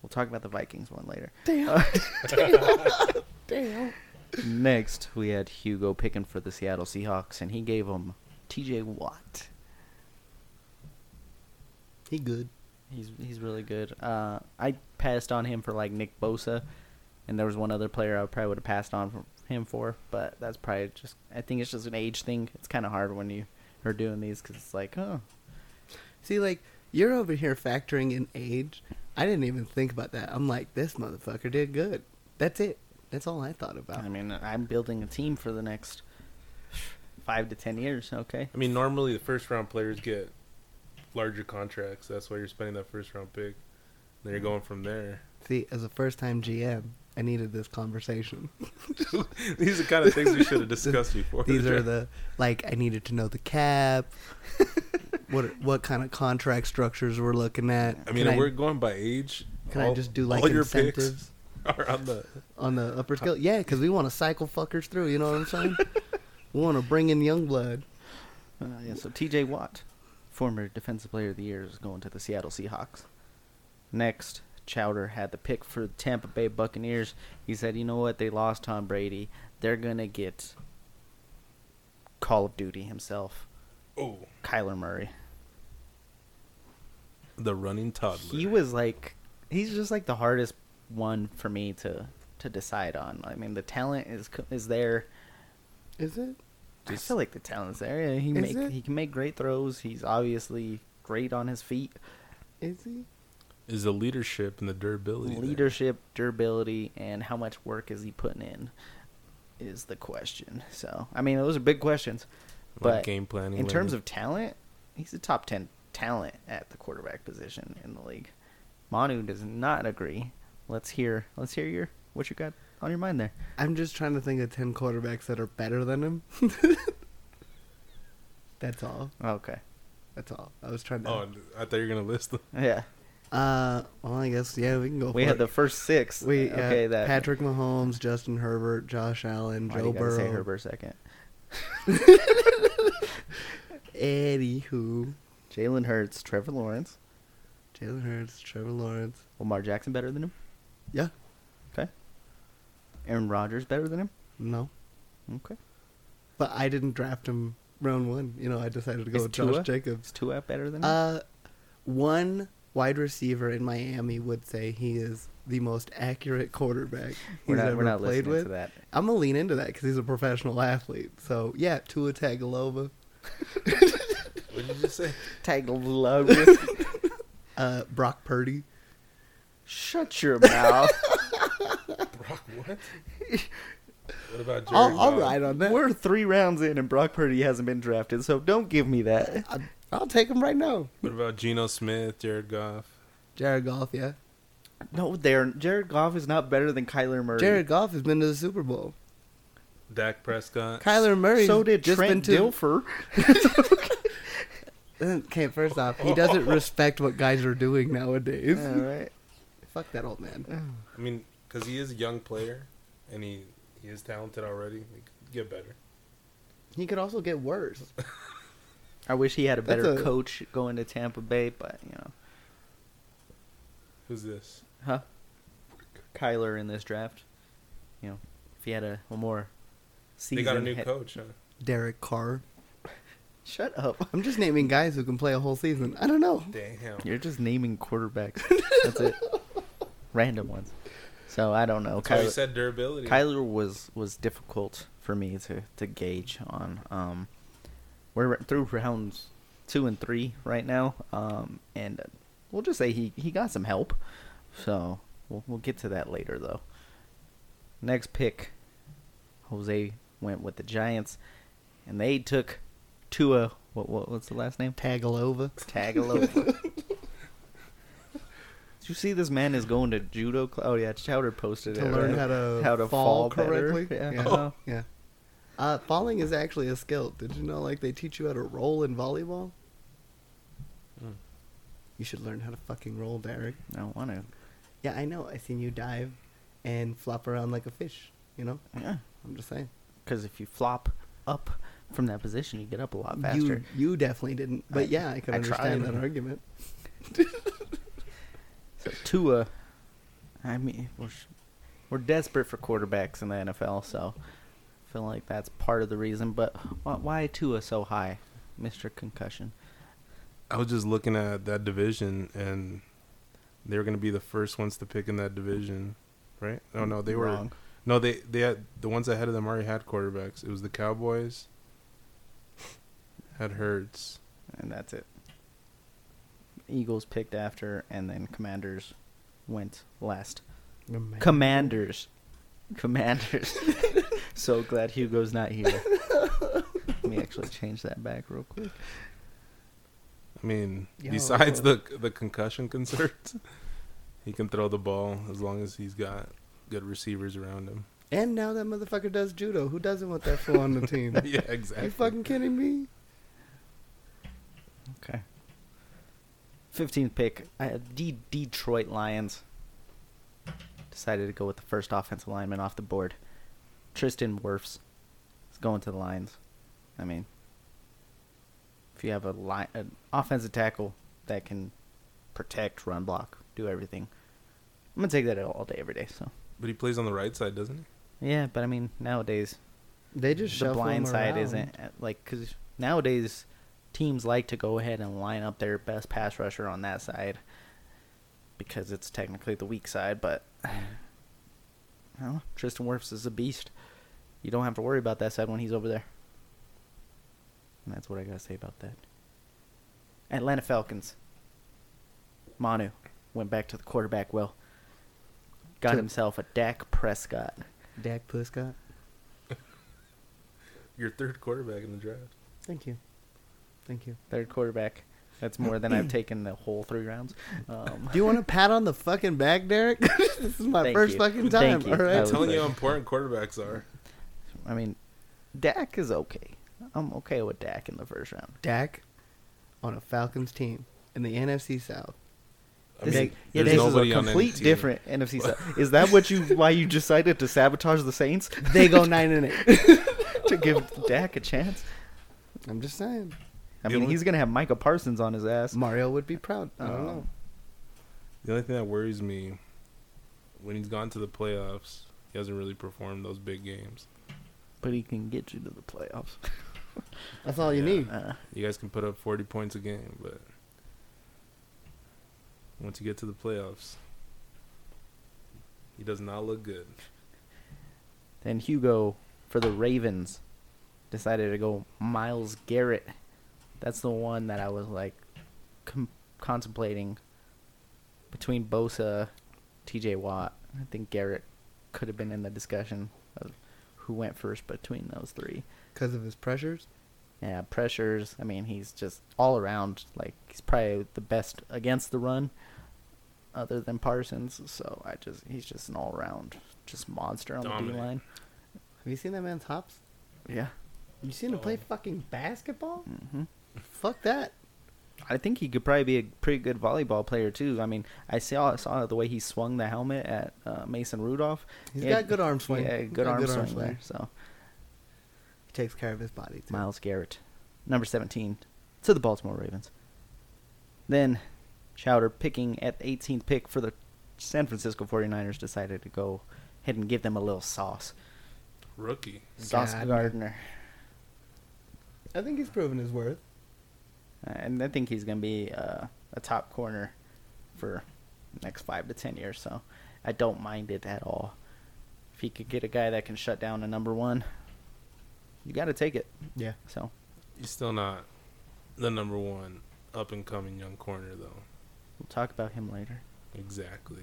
[SPEAKER 2] We'll talk about the Vikings one later. Uh,
[SPEAKER 3] Damn.
[SPEAKER 2] (laughs) Next, we had Hugo picking for the Seattle Seahawks, and he gave him T.J. Watt.
[SPEAKER 3] He good.
[SPEAKER 2] He's he's really good. Uh, I passed on him for like Nick Bosa, and there was one other player I probably would have passed on for him for, but that's probably just. I think it's just an age thing. It's kind of hard when you are doing these because it's like, oh,
[SPEAKER 3] See, like you're over here factoring in age. I didn't even think about that. I'm like, this motherfucker did good. That's it. That's all I thought about.
[SPEAKER 2] I mean, I'm building a team for the next five to ten years. Okay,
[SPEAKER 4] I mean, normally the first round players get larger contracts. That's why you're spending that first round pick. Then you're going from there. (laughs)
[SPEAKER 3] See, as a first-time GM, I needed this conversation.
[SPEAKER 4] These are the kind of things we should
[SPEAKER 3] (laughs)
[SPEAKER 4] have discussed before.
[SPEAKER 3] These are
[SPEAKER 4] draft.
[SPEAKER 3] the like I needed to know the
[SPEAKER 4] (laughs)
[SPEAKER 3] cap. what what kind of contract structures we're looking at?
[SPEAKER 4] I mean,
[SPEAKER 3] can
[SPEAKER 4] if we're going by age.
[SPEAKER 3] can I just do like
[SPEAKER 4] all your picks
[SPEAKER 3] incentives
[SPEAKER 4] are on the
[SPEAKER 3] on the upper scale? Yeah, because we want to cycle fuckers through. You know what I'm
[SPEAKER 4] (laughs)
[SPEAKER 3] saying? we want to bring in young blood.
[SPEAKER 2] uh, yeah. So T.J. Watt, former Defensive Player of the Year, is going to the Seattle Seahawks. Next, Chowder had the pick for the Tampa Bay Buccaneers. He said, "You know what? They lost Tom Brady. They're gonna get Call of Duty himself,
[SPEAKER 4] oh
[SPEAKER 2] Kyler Murray."
[SPEAKER 4] the running toddler.
[SPEAKER 2] He was like, he's just like the hardest one for me to to decide on. I mean, the talent is co- is there.
[SPEAKER 3] Is it?
[SPEAKER 2] I
[SPEAKER 4] Just-
[SPEAKER 2] feel like the talent's there. Yeah, he
[SPEAKER 3] Is
[SPEAKER 2] make
[SPEAKER 3] it?
[SPEAKER 2] he can make great throws. He's obviously great on his feet.
[SPEAKER 3] Is he?
[SPEAKER 4] Is the leadership and the durability. there.
[SPEAKER 2] Leadership, durability, and how much work is he putting in is the question. So I mean, those are big questions.
[SPEAKER 4] Like
[SPEAKER 2] but
[SPEAKER 4] game planning.
[SPEAKER 2] In terms
[SPEAKER 4] maybe.
[SPEAKER 2] of talent, he's a top ten talent at the quarterback position in the league. Manu does not agree. Let's hear. Let's hear your what you got on your mind there.
[SPEAKER 3] I'm just trying to think of ten quarterbacks that are better than him. (laughs) That's all.
[SPEAKER 2] Oh, Okay.
[SPEAKER 3] That's all. I was trying to.
[SPEAKER 4] Oh, I thought you were gonna list them. (laughs)
[SPEAKER 2] Yeah.
[SPEAKER 3] Uh, well, I guess yeah, we can go.
[SPEAKER 2] We
[SPEAKER 3] for
[SPEAKER 2] had
[SPEAKER 3] it.
[SPEAKER 2] the first six.
[SPEAKER 3] we yeah,
[SPEAKER 2] okay. that
[SPEAKER 3] Patrick Mahomes, Justin Herbert, Josh Allen,
[SPEAKER 2] Why do
[SPEAKER 3] Joe
[SPEAKER 2] you gotta
[SPEAKER 3] Burrow.
[SPEAKER 2] say Herbert second.
[SPEAKER 3] Anywho,
[SPEAKER 2] Jalen Hurts, Trevor Lawrence,
[SPEAKER 3] Jalen Hurts, Trevor Lawrence.
[SPEAKER 2] Lamar Jackson better than him.
[SPEAKER 3] Yeah.
[SPEAKER 2] Okay. Aaron Rodgers better than him.
[SPEAKER 3] No,
[SPEAKER 2] Okay.
[SPEAKER 3] but I didn't draft him round one. You know, I decided to go
[SPEAKER 2] Is
[SPEAKER 3] with
[SPEAKER 2] Tua- Hmm.
[SPEAKER 3] Josh Jacobs.
[SPEAKER 2] Is Tua better than him?
[SPEAKER 3] Uh, one wide receiver in Miami would say he is the most accurate quarterback
[SPEAKER 2] we're
[SPEAKER 3] he's
[SPEAKER 2] not,
[SPEAKER 3] ever
[SPEAKER 2] we're not
[SPEAKER 3] played
[SPEAKER 2] listening
[SPEAKER 3] with.
[SPEAKER 2] to that.
[SPEAKER 3] I'm gonna lean into that because he's a professional athlete. So yeah, Tua Tagalova,
[SPEAKER 4] What did you say?
[SPEAKER 2] Tag
[SPEAKER 3] (laughs)
[SPEAKER 2] Lawrence.
[SPEAKER 3] uh, Brock Purdy.
[SPEAKER 2] Shut your mouth.
[SPEAKER 4] Brock,
[SPEAKER 2] (laughs)
[SPEAKER 4] what? What about Jared?
[SPEAKER 3] I'll, I'll
[SPEAKER 4] Goff?
[SPEAKER 3] ride on that.
[SPEAKER 2] We're three rounds in and Brock Purdy hasn't been drafted, so don't give me that.
[SPEAKER 3] I, I'll take him right now.
[SPEAKER 4] What about Geno Smith, Jared Goff?
[SPEAKER 3] Jared Goff, yeah.
[SPEAKER 2] No, there. Jared Goff is not better than Kyler Murray.
[SPEAKER 3] Jared Goff has been to the Super Bowl.
[SPEAKER 4] Dak Prescott.
[SPEAKER 3] Kyler Murray.
[SPEAKER 2] so did Trent Dilfer.
[SPEAKER 3] Okay, first off, he (laughs) doesn't respect what guys are doing nowadays.
[SPEAKER 2] All
[SPEAKER 3] (laughs)
[SPEAKER 2] right.
[SPEAKER 3] Fuck that old man.
[SPEAKER 4] I mean, because he is a young player, and he he is talented already. He could get
[SPEAKER 3] (sighs)
[SPEAKER 4] better.
[SPEAKER 3] He could also get worse.
[SPEAKER 2] I wish he had a
[SPEAKER 3] That's
[SPEAKER 2] better
[SPEAKER 3] a-
[SPEAKER 2] coach going to Tampa Bay, but you know,
[SPEAKER 4] Who's this?
[SPEAKER 2] huh? Kyler in this draft, you know, if he had a, a more season.
[SPEAKER 4] They got a new
[SPEAKER 2] head-
[SPEAKER 4] coach, huh?
[SPEAKER 3] Derek Carr.
[SPEAKER 2] Shut up!
[SPEAKER 3] I'm just naming guys who can play a whole season. I don't know.
[SPEAKER 4] Damn.
[SPEAKER 2] You're just naming quarterbacks. That's it. Random ones. So I don't know.
[SPEAKER 4] That's why you
[SPEAKER 2] Kyler,
[SPEAKER 4] said durability.
[SPEAKER 2] Kyler was was difficult for me to to gauge on. Um, we're through rounds two and three right now, um, and we'll just say he he got some help. So we'll we'll get to that later though. Next pick, Jose went with the Giants, and they took Tua. What what what's the last name?
[SPEAKER 3] Tagalova.
[SPEAKER 2] Tagalova.
[SPEAKER 3] (laughs)
[SPEAKER 2] Did you see this man is going to judo? Cl- oh yeah, Chowder posted
[SPEAKER 3] To
[SPEAKER 2] it.
[SPEAKER 3] learn
[SPEAKER 2] right?
[SPEAKER 3] how to
[SPEAKER 2] how to fall,
[SPEAKER 3] fall
[SPEAKER 2] better.
[SPEAKER 3] correctly?
[SPEAKER 2] Yeah.
[SPEAKER 3] Yeah. Uh-huh.
[SPEAKER 2] Oh.
[SPEAKER 3] Yeah. Uh, falling is actually a skill. Did you know, like, they teach you how to roll in volleyball? Hmm.
[SPEAKER 4] Mm.
[SPEAKER 3] You should learn how to fucking roll, Derek.
[SPEAKER 2] I don't want to.
[SPEAKER 3] Yeah, I know. I seen you dive and flop around like a fish. You know,
[SPEAKER 2] Yeah,
[SPEAKER 3] I'm just saying.
[SPEAKER 2] because if you flop up from that position, you get up a lot faster.
[SPEAKER 3] You you definitely didn't. But
[SPEAKER 2] I-
[SPEAKER 3] yeah, I could
[SPEAKER 2] I
[SPEAKER 3] understand
[SPEAKER 2] tried.
[SPEAKER 3] that argument.
[SPEAKER 2] So Tua, I mean, we're, sh- we're desperate for quarterbacks in the NFL, so I feel like that's part of the reason. But why, why Tua so high, Mister Concussion?
[SPEAKER 4] I was just looking at that division, and they were going to be the first ones to pick in that division, right? No, no, they were.
[SPEAKER 2] Wrong.
[SPEAKER 4] No, they they had the ones ahead of them already had quarterbacks. It was the Cowboys. Had Hurts.
[SPEAKER 2] and that's it. Eagles picked after, and then Commanders went last. Commanders. Commanders. (laughs) so glad Hugo's not here. Let me actually change that back real quick.
[SPEAKER 4] I mean,
[SPEAKER 3] Yo,
[SPEAKER 4] besides
[SPEAKER 3] yo.
[SPEAKER 4] the the concussion concerns, (laughs) he can throw the ball as long as he's got good receivers
[SPEAKER 3] (laughs)
[SPEAKER 4] around him. (laughs)
[SPEAKER 3] And now that motherfucker does judo. Who doesn't want that fool on the (laughs) team?
[SPEAKER 4] yeah,
[SPEAKER 3] you
[SPEAKER 4] exactly.
[SPEAKER 3] fucking kidding me?
[SPEAKER 2] Okay. 15th pick. I had D- Detroit Lions. Decided to go with the first offensive lineman off the board. Tristan Wirfs is going to the Lions. I mean, if you have a li- an offensive tackle that can protect, run block, do everything, I'm going to take that all day, every day. So,
[SPEAKER 4] But he plays on the right side, doesn't he?
[SPEAKER 2] yeah, but I mean, nowadays,
[SPEAKER 3] They just
[SPEAKER 2] the
[SPEAKER 3] shuffle
[SPEAKER 2] blind
[SPEAKER 3] him
[SPEAKER 2] side
[SPEAKER 3] around.
[SPEAKER 2] isn't uh, like because nowadays teams like to go ahead and line up their best pass rusher on that side because it's technically the weak side. But (sighs) well, Tristan Wirfs is a beast. You don't have to worry about that side when he's over there. And that's what I gotta say about that. Atlanta Falcons. Manu went back to the quarterback well. Got
[SPEAKER 3] To-
[SPEAKER 2] himself a Dak Prescott.
[SPEAKER 3] Dak Prescott.
[SPEAKER 4] Your third quarterback in the draft.
[SPEAKER 3] Thank you. Thank you.
[SPEAKER 2] Third quarterback. That's more than I've taken the whole three
[SPEAKER 3] (laughs)
[SPEAKER 2] rounds. Um,
[SPEAKER 3] Do you want a pat on the fucking back, Derek? (laughs) this is my
[SPEAKER 2] Thank
[SPEAKER 3] first
[SPEAKER 2] you.
[SPEAKER 3] fucking time.
[SPEAKER 2] Thank you.
[SPEAKER 3] All right.
[SPEAKER 2] I
[SPEAKER 4] I'm
[SPEAKER 2] was
[SPEAKER 4] telling you
[SPEAKER 2] like-
[SPEAKER 4] how important quarterbacks are.
[SPEAKER 2] I mean, Dak is okay. I'm okay with Dak in the first round.
[SPEAKER 3] Dak on a Falcons team in the NFC South.
[SPEAKER 4] I
[SPEAKER 2] This,
[SPEAKER 3] mean,
[SPEAKER 2] is- yeah,
[SPEAKER 4] there's
[SPEAKER 2] this is a
[SPEAKER 4] nobody on any
[SPEAKER 2] complete
[SPEAKER 4] team.
[SPEAKER 2] different
[SPEAKER 4] (laughs)
[SPEAKER 2] NFC South. Is that what you why you decided to sabotage the Saints
[SPEAKER 3] (laughs) (laughs) They go nine and eight.
[SPEAKER 2] (laughs) to give Dak a chance?
[SPEAKER 3] (laughs) I'm just saying.
[SPEAKER 2] I
[SPEAKER 4] The
[SPEAKER 2] mean,
[SPEAKER 4] only-
[SPEAKER 2] he's gonna have Micah Parsons on his ass.
[SPEAKER 3] Mario would be proud. I don't
[SPEAKER 2] Um,
[SPEAKER 3] know.
[SPEAKER 4] The only thing that worries me when he's gone to the playoffs, he hasn't really performed those big games.
[SPEAKER 2] But he can get you to the playoffs. (laughs)
[SPEAKER 3] That's all you
[SPEAKER 4] yeah.
[SPEAKER 3] need.
[SPEAKER 2] Uh,
[SPEAKER 4] You guys can put up 40 points a game, but once you get to the playoffs, he does not look good.
[SPEAKER 2] then Hugo for the Ravens decided to go Miles Garrett. That's the one that I was like com- contemplating between Bosa, T.J. Watt. I think Garrett could have been in the discussion of who went first between those three.
[SPEAKER 3] Because of his pressures.
[SPEAKER 2] Yeah, pressures. I mean, he's just all around. Like he's probably the best against the run, other than Parsons. So I just he's just an all around just monster on the
[SPEAKER 4] Dominant.
[SPEAKER 2] D line.
[SPEAKER 3] Have you seen that man's hops?
[SPEAKER 2] Yeah.
[SPEAKER 3] You seen him
[SPEAKER 4] Oh.
[SPEAKER 3] play fucking basketball?
[SPEAKER 2] hmm
[SPEAKER 3] Fuck that.
[SPEAKER 2] I think he could probably be a pretty good volleyball player too. I mean, I saw saw the way he swung the helmet at uh, Mason Rudolph.
[SPEAKER 3] He's
[SPEAKER 2] He had-
[SPEAKER 3] got good arm swing.
[SPEAKER 2] Yeah,
[SPEAKER 3] He's
[SPEAKER 2] good,
[SPEAKER 3] got
[SPEAKER 2] arm, swing there. So
[SPEAKER 3] He takes care of his body too.
[SPEAKER 2] Miles Garrett, number seventeen, to the Baltimore Ravens. Then, Chowder picking at 18th pick for the San Francisco 49ers decided to go ahead and give them a little sauce.
[SPEAKER 4] Rookie.
[SPEAKER 2] Sauce
[SPEAKER 3] Gardner.
[SPEAKER 2] Gardner.
[SPEAKER 3] I think he's proven his worth.
[SPEAKER 2] Uh, And I think he's going to be uh, a top corner for next five to ten years. So I don't mind it at all. If he could get a guy that can shut down a number one, you got to take it.
[SPEAKER 3] Yeah.
[SPEAKER 2] So
[SPEAKER 4] He's still not the number one up and coming young corner, though.
[SPEAKER 2] we'll talk about him later.
[SPEAKER 4] Exactly.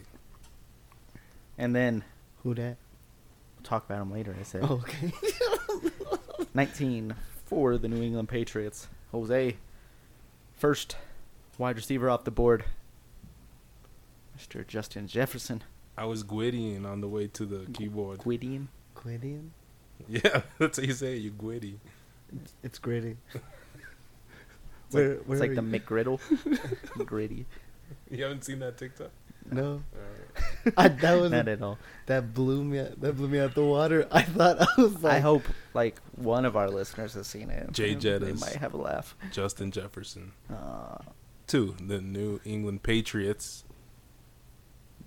[SPEAKER 2] And then
[SPEAKER 3] Who that?
[SPEAKER 2] we'll talk about him later. I said (laughs)
[SPEAKER 3] Oh, okay. (laughs)
[SPEAKER 2] 19 for the New England Patriots. Jose, first wide receiver off the board. Mr. Justin Jefferson.
[SPEAKER 4] I was Gwydion on the way to the keyboard.
[SPEAKER 2] Gwydion.
[SPEAKER 3] Quidian?
[SPEAKER 4] (laughs) yeah, (laughs) that's how you say it, you Gwiddy.
[SPEAKER 3] It's
[SPEAKER 4] (laughs)
[SPEAKER 3] gritty.
[SPEAKER 2] It's
[SPEAKER 3] where,
[SPEAKER 2] like,
[SPEAKER 3] where
[SPEAKER 2] it's like
[SPEAKER 3] are
[SPEAKER 2] the
[SPEAKER 3] you? (laughs)
[SPEAKER 2] McGriddle. Gritty.
[SPEAKER 4] You haven't seen that TikTok?
[SPEAKER 2] (laughs)
[SPEAKER 3] No. (laughs)
[SPEAKER 4] All right.
[SPEAKER 3] I, that was
[SPEAKER 2] Not at all.
[SPEAKER 3] that blew me out, that blew me out the water. (laughs) I thought I was like
[SPEAKER 2] I hope like one of our listeners has seen it.
[SPEAKER 4] Jay
[SPEAKER 2] They
[SPEAKER 4] Jettas.
[SPEAKER 2] might have a laugh.
[SPEAKER 4] Justin Jefferson
[SPEAKER 2] Uh,
[SPEAKER 4] to the New England Patriots.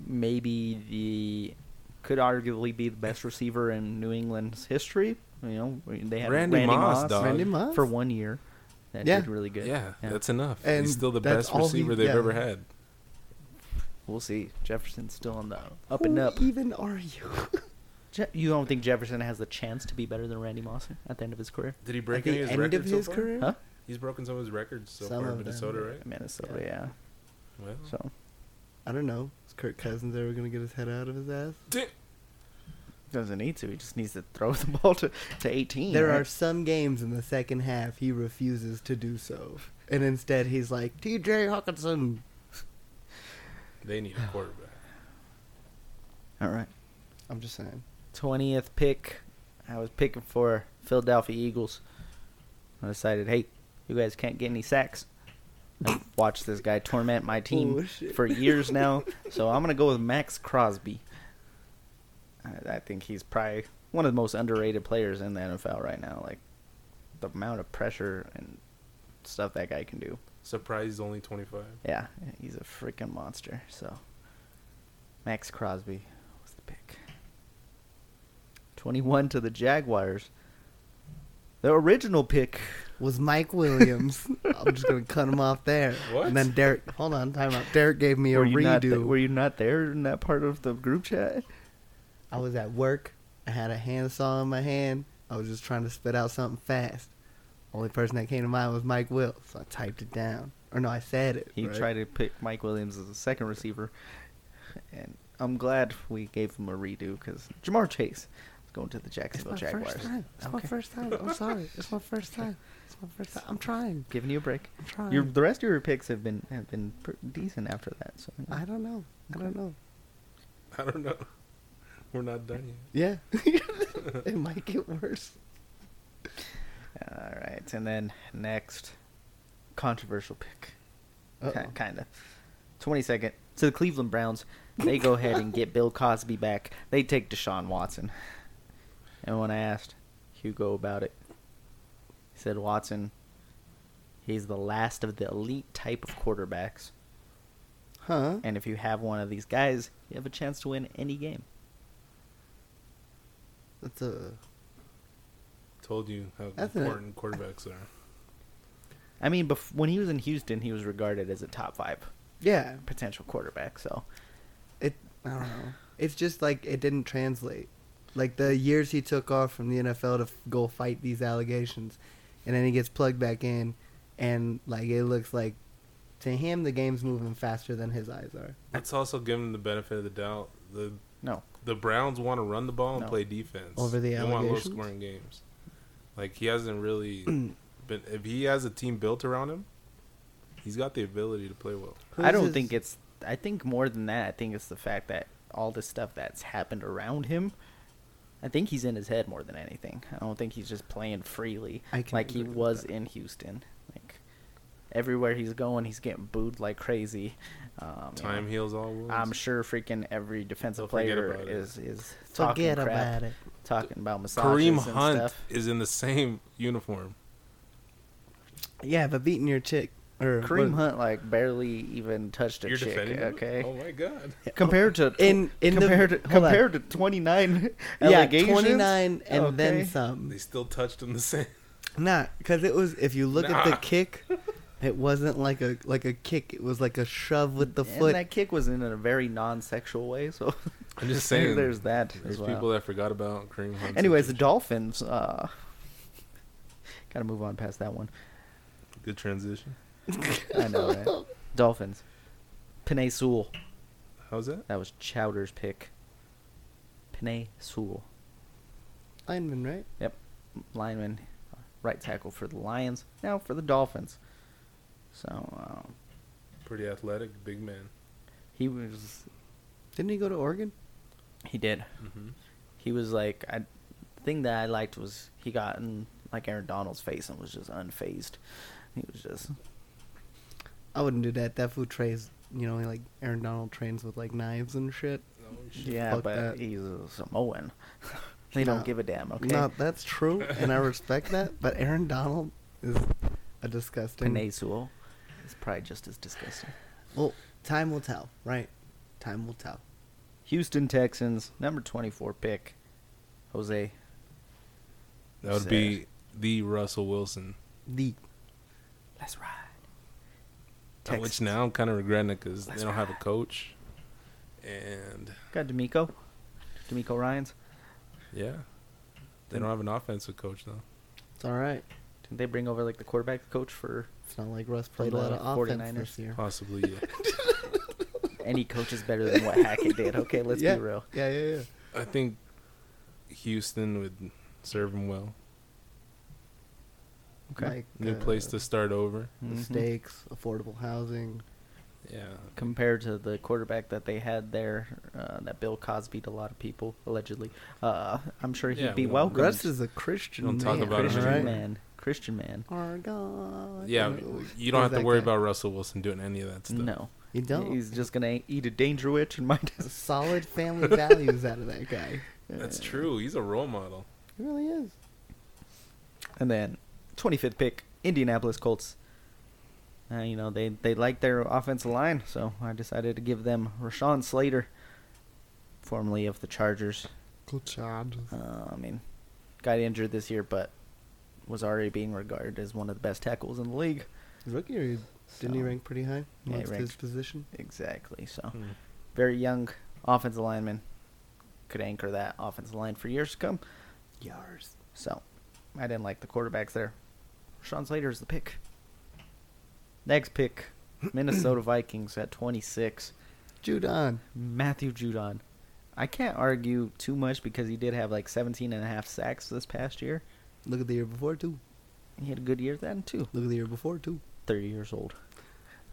[SPEAKER 2] maybe the could arguably be the best receiver in New England's history. You know, they had Randy,
[SPEAKER 4] Randy Moss,
[SPEAKER 2] Moss,
[SPEAKER 4] dog.
[SPEAKER 3] Randy Moss
[SPEAKER 2] for one year. That
[SPEAKER 3] Yeah.
[SPEAKER 2] did really good.
[SPEAKER 4] Yeah, that's enough.
[SPEAKER 3] And
[SPEAKER 4] He's still the
[SPEAKER 3] that's
[SPEAKER 4] best
[SPEAKER 3] all he-
[SPEAKER 4] receiver they've
[SPEAKER 3] yeah.
[SPEAKER 4] ever had.
[SPEAKER 2] we'll see. Jefferson's still on the up
[SPEAKER 3] Who
[SPEAKER 2] and up.
[SPEAKER 3] even are you?
[SPEAKER 2] Je- you don't think Jefferson has the chance to be better than Randy Moss at the end of his career?
[SPEAKER 4] Did he
[SPEAKER 3] At
[SPEAKER 4] break
[SPEAKER 3] the
[SPEAKER 4] any of his
[SPEAKER 3] end of
[SPEAKER 4] records?
[SPEAKER 3] his
[SPEAKER 4] so far?
[SPEAKER 3] career?
[SPEAKER 2] Huh?
[SPEAKER 4] He's broken some of his records so
[SPEAKER 3] Some
[SPEAKER 4] far
[SPEAKER 3] of
[SPEAKER 4] in
[SPEAKER 3] them.
[SPEAKER 4] Minnesota, right?
[SPEAKER 2] Minnesota,
[SPEAKER 3] Yeah.
[SPEAKER 2] yeah.
[SPEAKER 4] Well,
[SPEAKER 2] So
[SPEAKER 3] I don't know. Is Kirk Cousins ever gonna get his head out of his ass?
[SPEAKER 4] di-
[SPEAKER 2] doesn't need to. He just needs to throw (laughs) the ball to, to 18.
[SPEAKER 3] There
[SPEAKER 2] right?
[SPEAKER 3] are some games in the second half he refuses to do so. And instead he's like, TJ Hawkinson.
[SPEAKER 4] they need a quarterback.
[SPEAKER 2] all right.
[SPEAKER 3] I'm just saying.
[SPEAKER 2] twentieth pick. I was picking for Philadelphia Eagles. I decided, hey, you guys can't get any sacks. I've watched this guy torment my
[SPEAKER 3] Oh,
[SPEAKER 2] team
[SPEAKER 3] shit.
[SPEAKER 2] for years now, so I'm gonna go with Max Crosby. I, I think he's probably one of the most underrated players in the NFL right now. Like the amount of pressure and stuff that guy can do.
[SPEAKER 4] Surprised he's only 25.
[SPEAKER 2] Yeah, he's a freaking monster. So Max Crosby was the pick. 21 to the Jaguars. The original pick.
[SPEAKER 3] Was
[SPEAKER 2] (laughs)
[SPEAKER 3] Mike Williams. I'm just gonna cut him off there.
[SPEAKER 4] What?
[SPEAKER 3] And then Derek hold on, time out. Derek gave me a
[SPEAKER 2] were, you not th-
[SPEAKER 3] redo.
[SPEAKER 2] were you not there in that part of the group chat?
[SPEAKER 3] I was at work. I had a handsaw in my hand. I was just trying to spit out something fast. Only person that came to mind was Mike Will, so I typed it down. Or no, I said it.
[SPEAKER 2] He
[SPEAKER 3] right?
[SPEAKER 2] tried to pick Mike Williams as a second receiver, and I'm glad we gave him a redo because Jamar Chase is going to the
[SPEAKER 3] It's
[SPEAKER 2] Jacksonville
[SPEAKER 3] my
[SPEAKER 2] Jaguars.
[SPEAKER 3] first time. It's my
[SPEAKER 2] Okay.
[SPEAKER 3] first time. I'm sorry. It's my first time. It's my
[SPEAKER 2] (laughs)
[SPEAKER 3] first time. I'm trying.
[SPEAKER 2] Giving you a break.
[SPEAKER 3] I'm trying.
[SPEAKER 2] Your the rest of your picks have been have been pr- decent after that. So you know.
[SPEAKER 3] I don't know. I don't know.
[SPEAKER 4] I don't know. We're not done yet.
[SPEAKER 3] Yeah. it might get worse.
[SPEAKER 2] All right, and then next controversial pick,
[SPEAKER 3] Uh-oh.
[SPEAKER 2] kind of. Twenty second to the Cleveland Browns. They go ahead and
[SPEAKER 3] (laughs)
[SPEAKER 2] get Bill Cosby back. They take Deshaun Watson. And when I asked Hugo about it, he said Watson. He's the last of the elite type of quarterbacks,
[SPEAKER 3] Huh?
[SPEAKER 2] and if you have one of these guys, you have a chance to win any game.
[SPEAKER 3] That's a.
[SPEAKER 4] Told you how
[SPEAKER 3] That's an-
[SPEAKER 4] important quarterbacks are.
[SPEAKER 2] I mean, bef- when he was in Houston, he was regarded as a top five
[SPEAKER 3] Yeah.
[SPEAKER 2] potential quarterback. So
[SPEAKER 3] It. I don't know. It's just like it didn't translate. Like the years he took off from the NFL to f- go fight these allegations, and then he gets plugged back in, and like it looks like, to him the game's moving faster than his eyes are.
[SPEAKER 4] Let's also give them the benefit of the doubt. The
[SPEAKER 2] no,
[SPEAKER 4] the Browns want to run the ball and
[SPEAKER 2] No.
[SPEAKER 4] play defense
[SPEAKER 3] Over the
[SPEAKER 4] They want low
[SPEAKER 3] allegations?
[SPEAKER 4] scoring games. Like he
[SPEAKER 2] (clears throat)
[SPEAKER 4] hasn't really been. If he has a team built around him, he's got the ability to play well.
[SPEAKER 2] I
[SPEAKER 3] Who's
[SPEAKER 2] don't
[SPEAKER 3] his-
[SPEAKER 2] think it's. I think more than that, I think it's the fact that all the stuff that's happened around him. I think he's in his head more than anything. I don't think he's just playing freely
[SPEAKER 3] I can
[SPEAKER 2] like he
[SPEAKER 3] agree with
[SPEAKER 2] was
[SPEAKER 3] that.
[SPEAKER 2] in Houston. Like everywhere he's going, he's getting booed like crazy. Um, you
[SPEAKER 4] Time
[SPEAKER 2] know,
[SPEAKER 4] heals all wounds.
[SPEAKER 2] I'm sure freaking every defensive
[SPEAKER 4] They'll forget
[SPEAKER 2] player
[SPEAKER 4] about it.
[SPEAKER 2] is is talking
[SPEAKER 3] Forget
[SPEAKER 2] crap,
[SPEAKER 3] about it.
[SPEAKER 2] talking about massages
[SPEAKER 4] Kareem
[SPEAKER 2] and
[SPEAKER 4] Hunt
[SPEAKER 2] stuff.
[SPEAKER 4] is in the same uniform.
[SPEAKER 3] Yeah, but beating your chick or
[SPEAKER 2] Kareem
[SPEAKER 3] what-
[SPEAKER 2] Hunt like barely even touched a
[SPEAKER 4] You're
[SPEAKER 2] chick.
[SPEAKER 4] defending him?
[SPEAKER 2] Okay,
[SPEAKER 4] Oh my
[SPEAKER 2] (laughs)
[SPEAKER 4] god.
[SPEAKER 2] compared to
[SPEAKER 3] In- in the-
[SPEAKER 2] compared to,
[SPEAKER 3] hold on.
[SPEAKER 2] compared to 29
[SPEAKER 3] (laughs) Yeah,
[SPEAKER 2] allegations?
[SPEAKER 3] twenty nine and then
[SPEAKER 2] Okay.
[SPEAKER 3] some.
[SPEAKER 4] They still touched him
[SPEAKER 2] (laughs)
[SPEAKER 4] the same.
[SPEAKER 3] Nah, because it was. If you look at the
[SPEAKER 4] Nah.
[SPEAKER 3] kick, it wasn't like a like a kick. It was like a shove with the
[SPEAKER 2] and
[SPEAKER 3] foot.
[SPEAKER 2] that kick was in a very non-sexual way so
[SPEAKER 4] (laughs)
[SPEAKER 2] (laughs)
[SPEAKER 4] I'm just saying.
[SPEAKER 2] there's that
[SPEAKER 4] There's
[SPEAKER 2] as well.
[SPEAKER 4] people that forgot about Kareem Hunt.
[SPEAKER 2] anyways the dolphins uh (laughs) gotta move on past that one
[SPEAKER 4] good transition.
[SPEAKER 2] i know
[SPEAKER 3] (laughs)
[SPEAKER 2] right dolphins Panay Sewell.
[SPEAKER 4] How's that?
[SPEAKER 2] that was chowder's pick Panay Sewell.
[SPEAKER 3] Lineman, right?
[SPEAKER 2] Yep. Lineman, right tackle for the Lions. Now for the Dolphins. So um,
[SPEAKER 4] Pretty athletic, big man.
[SPEAKER 2] he was.
[SPEAKER 3] Didn't he go to Oregon?
[SPEAKER 2] He did.
[SPEAKER 4] Mm-hmm.
[SPEAKER 2] He was like, I the thing that I liked was he got in like Aaron Donald's face and was just unfazed. He was just
[SPEAKER 3] I wouldn't do that. That food trays. You know, like Aaron Donald trains with like knives and shit.
[SPEAKER 2] yeah,
[SPEAKER 3] fuck
[SPEAKER 2] but
[SPEAKER 3] that.
[SPEAKER 2] he's a Samoan. (laughs) they don't
[SPEAKER 3] No.
[SPEAKER 2] give a damn. Okay.
[SPEAKER 3] No, that's true, and I respect that. But Aaron Donald is a disgusting.
[SPEAKER 2] Penezuel is probably just as disgusting.
[SPEAKER 3] Well, time will tell, right? Time will tell.
[SPEAKER 2] Houston Texans, number twenty-four pick, Jose.
[SPEAKER 4] That would be the Russell Wilson.
[SPEAKER 3] The
[SPEAKER 2] Let's ride.
[SPEAKER 4] Uh, Which now I'm kind of regretting it because they
[SPEAKER 2] Let's
[SPEAKER 4] don't have a
[SPEAKER 2] ride.
[SPEAKER 4] coach. And
[SPEAKER 2] Got D'Amico. D'Amico Ryan's.
[SPEAKER 4] yeah, they don't have an offensive coach though.
[SPEAKER 3] it's all right.
[SPEAKER 2] Didn't they bring over like the quarterback coach for
[SPEAKER 3] It's not like Russ played
[SPEAKER 2] the
[SPEAKER 3] a lot of offense
[SPEAKER 2] 49ers.
[SPEAKER 3] this year.
[SPEAKER 4] Possibly. Yeah.
[SPEAKER 2] any coach is better than what Hackett did? Okay, let's
[SPEAKER 3] yeah.
[SPEAKER 2] be real.
[SPEAKER 3] Yeah, yeah, yeah.
[SPEAKER 4] I think Houston would serve him well.
[SPEAKER 2] Okay.
[SPEAKER 3] Like,
[SPEAKER 4] New
[SPEAKER 3] uh,
[SPEAKER 4] place to start over.
[SPEAKER 3] the
[SPEAKER 2] Mhm.
[SPEAKER 3] stakes, affordable housing.
[SPEAKER 4] Yeah.
[SPEAKER 2] Compared to the quarterback that they had there, uh, that Bill Cosby to a lot of people allegedly. Uh, I'm sure he'd
[SPEAKER 4] Yeah,
[SPEAKER 2] be
[SPEAKER 4] we don't-
[SPEAKER 2] welcome.
[SPEAKER 3] Russ is a Christian
[SPEAKER 4] Don't talk
[SPEAKER 3] man,
[SPEAKER 4] about him
[SPEAKER 2] Christian
[SPEAKER 4] anymore.
[SPEAKER 3] right?
[SPEAKER 2] man. Christian man.
[SPEAKER 3] Our God.
[SPEAKER 4] Yeah,
[SPEAKER 3] Who-
[SPEAKER 4] you don't
[SPEAKER 3] who's
[SPEAKER 4] have to
[SPEAKER 3] that
[SPEAKER 4] worry
[SPEAKER 3] guy?
[SPEAKER 4] about Russell Wilson doing any of that stuff.
[SPEAKER 2] No,
[SPEAKER 3] You don't.
[SPEAKER 2] he's just gonna eat a danger witch and (laughs) mind his.
[SPEAKER 3] solid family values out of that guy.
[SPEAKER 4] That's true. He's a role model.
[SPEAKER 3] He really is.
[SPEAKER 2] And then 25th pick, Indianapolis Colts. Uh, you know, they, they like their offensive line, so I decided to give them Rashawn Slater, formerly of the Chargers.
[SPEAKER 3] Good job.
[SPEAKER 2] Uh, I mean, got injured this year, but was already being regarded as one of the best tackles in the league.
[SPEAKER 3] Rookie, or didn't he
[SPEAKER 2] So-
[SPEAKER 3] rank pretty high?
[SPEAKER 2] Yeah, he
[SPEAKER 3] amongst his
[SPEAKER 2] ranked-
[SPEAKER 3] position.
[SPEAKER 2] Exactly. So,
[SPEAKER 4] Hmm.
[SPEAKER 2] very young offensive lineman. Could anchor that offensive line for years to come.
[SPEAKER 3] Yars.
[SPEAKER 2] So, I didn't like the quarterbacks there. Sean Slater is the pick. Next
[SPEAKER 3] (clears throat)
[SPEAKER 2] pick, Minnesota Vikings at 26.
[SPEAKER 3] Judon.
[SPEAKER 2] Matthew Judon. I can't argue too much because he did have like 17 and a half sacks this past year.
[SPEAKER 3] Look at the year before too.
[SPEAKER 2] He had a good year then too.
[SPEAKER 3] Look at the year before too.
[SPEAKER 2] 30 years old.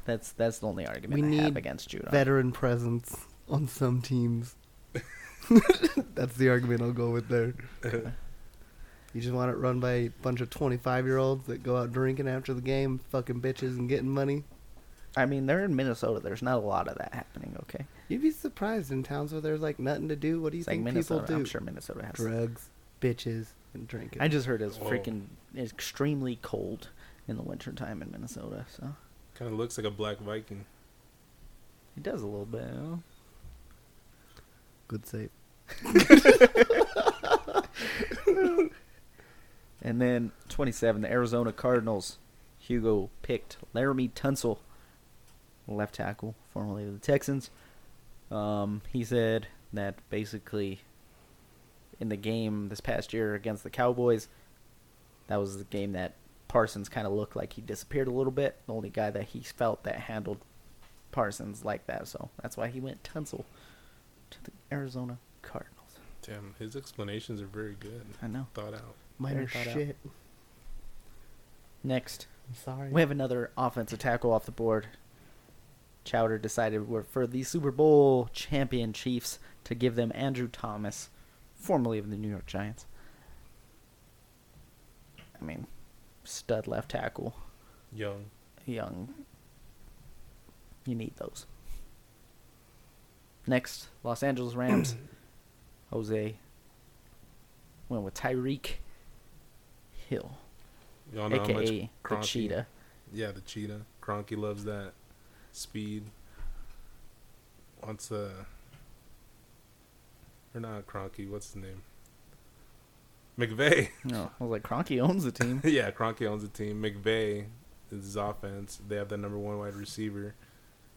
[SPEAKER 2] That's that's the only argument
[SPEAKER 3] We
[SPEAKER 2] I have
[SPEAKER 3] need
[SPEAKER 2] against Judon.
[SPEAKER 3] Veteran presence on
[SPEAKER 2] (laughs)
[SPEAKER 3] some teams. That's the argument I'll go with there. You just want it run by a bunch of 25 year olds that go out drinking after the game, fucking bitches, and getting money.
[SPEAKER 2] I mean, they're in Minnesota. There's not a lot of that happening. Okay,
[SPEAKER 3] You'd be surprised in towns where there's like nothing to do. What do you
[SPEAKER 2] it's like
[SPEAKER 3] think
[SPEAKER 2] Minnesota.
[SPEAKER 3] people do?
[SPEAKER 2] I'm sure Minnesota has.
[SPEAKER 3] Drugs, bitches, and drinking.
[SPEAKER 2] I just heard it's
[SPEAKER 4] Whoa.
[SPEAKER 2] freaking extremely cold in the wintertime in Minnesota. So
[SPEAKER 4] Kind of looks like a black Viking.
[SPEAKER 2] it does a little bit. you know?
[SPEAKER 3] good save.
[SPEAKER 2] And then 27, the Arizona Cardinals. Hugo picked Laramie Tunsil, left tackle, formerly of the Texans. Um, he said that basically in the game this past year against the Cowboys, that was the game that Parsons kind of looked like he disappeared a little bit. The only guy that he felt that handled Parsons like that. So that's why he went Tunsil to the Arizona Cardinals.
[SPEAKER 4] Damn, his explanations are very good.
[SPEAKER 2] I know.
[SPEAKER 4] Thought out.
[SPEAKER 3] Minor
[SPEAKER 2] thought out.
[SPEAKER 3] shit.
[SPEAKER 2] Next,
[SPEAKER 3] I'm sorry.
[SPEAKER 2] We have another offensive tackle off the board. Chowder decided we're for the Super Bowl champion Chiefs to give them Andrew Thomas, formerly of the New York Giants. I mean, stud left tackle,
[SPEAKER 4] Young.
[SPEAKER 2] young. You need those. Next, Los Angeles Rams. Jose went with Tyreek Hill,
[SPEAKER 4] Y'all know how much
[SPEAKER 2] aka the
[SPEAKER 4] Cronky-
[SPEAKER 2] Cheetah.
[SPEAKER 4] Yeah, the cheetah. Cronky loves that speed. Wants uh or not Cronky, what's his name? McVeigh.
[SPEAKER 2] No, I was like, Cronky owns the team.
[SPEAKER 4] (laughs) yeah, Cronky owns the team. McVeigh is his offense. They have the number one wide receiver.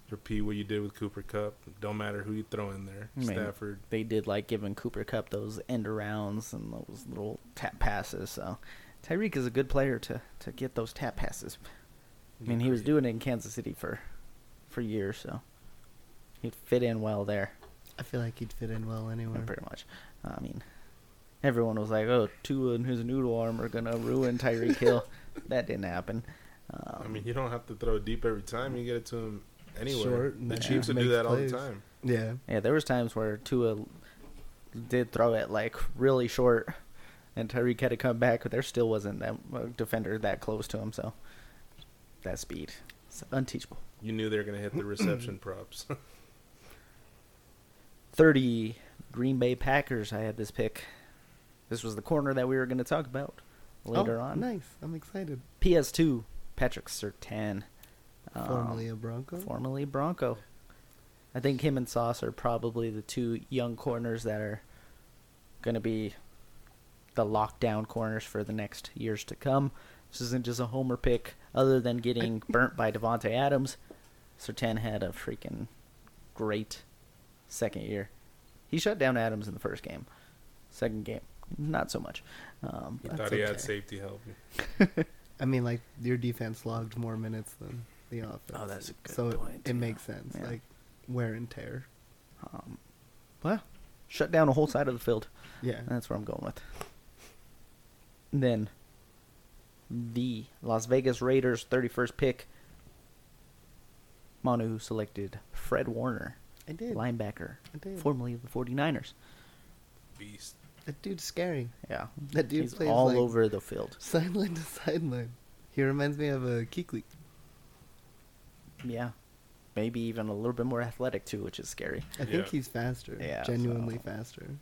[SPEAKER 4] Repeat what you did with Cooper Cup. Don't matter who you throw in there.
[SPEAKER 2] Man.
[SPEAKER 4] Stafford.
[SPEAKER 2] they did like giving Cooper Cup those end arounds and those little tap passes. So Tyreek is a good player to, to get those tap passes. I mean, he was doing it in Kansas City for for years, so he'd fit in well there,
[SPEAKER 3] I feel like he'd fit in well
[SPEAKER 2] you know,
[SPEAKER 3] anywhere.
[SPEAKER 2] pretty much. I mean, everyone was like, "Oh, Tua and his noodle arm are gonna ruin Tyreek
[SPEAKER 4] (laughs)
[SPEAKER 2] Hill." that didn't happen. Um,
[SPEAKER 4] I mean, you don't have to throw deep every time. You get it to him anywhere.
[SPEAKER 3] Short and
[SPEAKER 4] the
[SPEAKER 3] that
[SPEAKER 4] Chiefs
[SPEAKER 3] dude
[SPEAKER 4] would do
[SPEAKER 3] makes
[SPEAKER 4] that all the
[SPEAKER 3] plays.
[SPEAKER 4] time.
[SPEAKER 3] Yeah.
[SPEAKER 2] Yeah, there was times where Tua did throw it like really short, and Tyreek had to come back, but there still wasn't that uh, defender that close to him. So that speed, it's unteachable.
[SPEAKER 4] You knew they were going to hit the reception props. (laughs)
[SPEAKER 2] Thirty Green Bay Packers. I had this pick. This was the corner that we were going to talk about later
[SPEAKER 3] Oh,
[SPEAKER 2] on.
[SPEAKER 3] Nice. I'm excited.
[SPEAKER 2] PS2, Patrick Sertan, um,
[SPEAKER 3] Formerly a Bronco.
[SPEAKER 2] formerly Bronco. I think him and Sauce are probably the two young corners that are going to be the lockdown corners for the next years to come. This isn't just a homer pick. Other than getting burnt by Devonte Adams, Sertan had a freaking great second year. He shut down Adams in the first game. Second game, not so much. Um,
[SPEAKER 4] He
[SPEAKER 2] but-
[SPEAKER 4] thought
[SPEAKER 3] That's
[SPEAKER 4] he had
[SPEAKER 3] okay.
[SPEAKER 4] safety help.
[SPEAKER 3] I mean, like your defense logged more minutes than the offense.
[SPEAKER 2] Oh, that's a good
[SPEAKER 3] so it-
[SPEAKER 2] point,
[SPEAKER 3] It,
[SPEAKER 2] yeah.
[SPEAKER 3] makes sense.
[SPEAKER 2] Yeah.
[SPEAKER 3] Like wear and tear.
[SPEAKER 2] um, well, shut down a whole side of the field.
[SPEAKER 3] Yeah.
[SPEAKER 2] That's where I'm going with. Then the Las Vegas Raiders 31st pick. Manu selected Fred Warner,
[SPEAKER 3] I did.
[SPEAKER 2] linebacker,
[SPEAKER 3] I did.
[SPEAKER 2] formerly of the 49ers.
[SPEAKER 4] Beast.
[SPEAKER 3] That dude's scary.
[SPEAKER 2] Yeah.
[SPEAKER 3] That dude
[SPEAKER 2] He's
[SPEAKER 3] plays
[SPEAKER 2] all
[SPEAKER 3] like-
[SPEAKER 2] over the field.
[SPEAKER 3] Sideline to sideline. He reminds me of a Keekly.
[SPEAKER 2] Yeah. Maybe even a little bit more athletic too, which is scary.
[SPEAKER 3] I think
[SPEAKER 4] Yeah.
[SPEAKER 3] he's faster.
[SPEAKER 2] Yeah,
[SPEAKER 3] Genuinely
[SPEAKER 2] so- uh,
[SPEAKER 3] faster.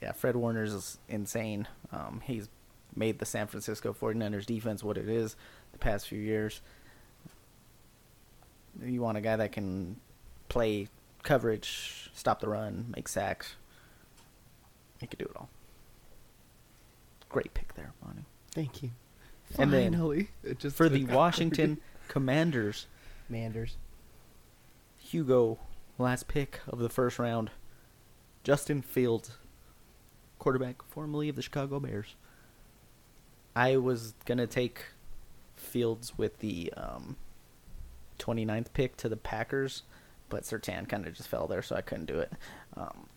[SPEAKER 2] Yeah, Fred Warner's is insane. Um, he's made the San Francisco 49ers defense what it is the past few years. You want a guy that can play coverage, stop the run, make sacks. He could do it all. Great pick there, Manu.
[SPEAKER 3] Thank you.
[SPEAKER 2] And then
[SPEAKER 3] Finally. It just
[SPEAKER 2] For the
[SPEAKER 3] took- (laughs)
[SPEAKER 2] Washington Commanders,
[SPEAKER 3] Manders.
[SPEAKER 2] Hugo, last pick of the first round, Justin Fields, quarterback formerly of the Chicago Bears. I was gonna take Fields with the um, 29th pick to the Packers, but Sertan kind of just fell there, so I couldn't do it. Um,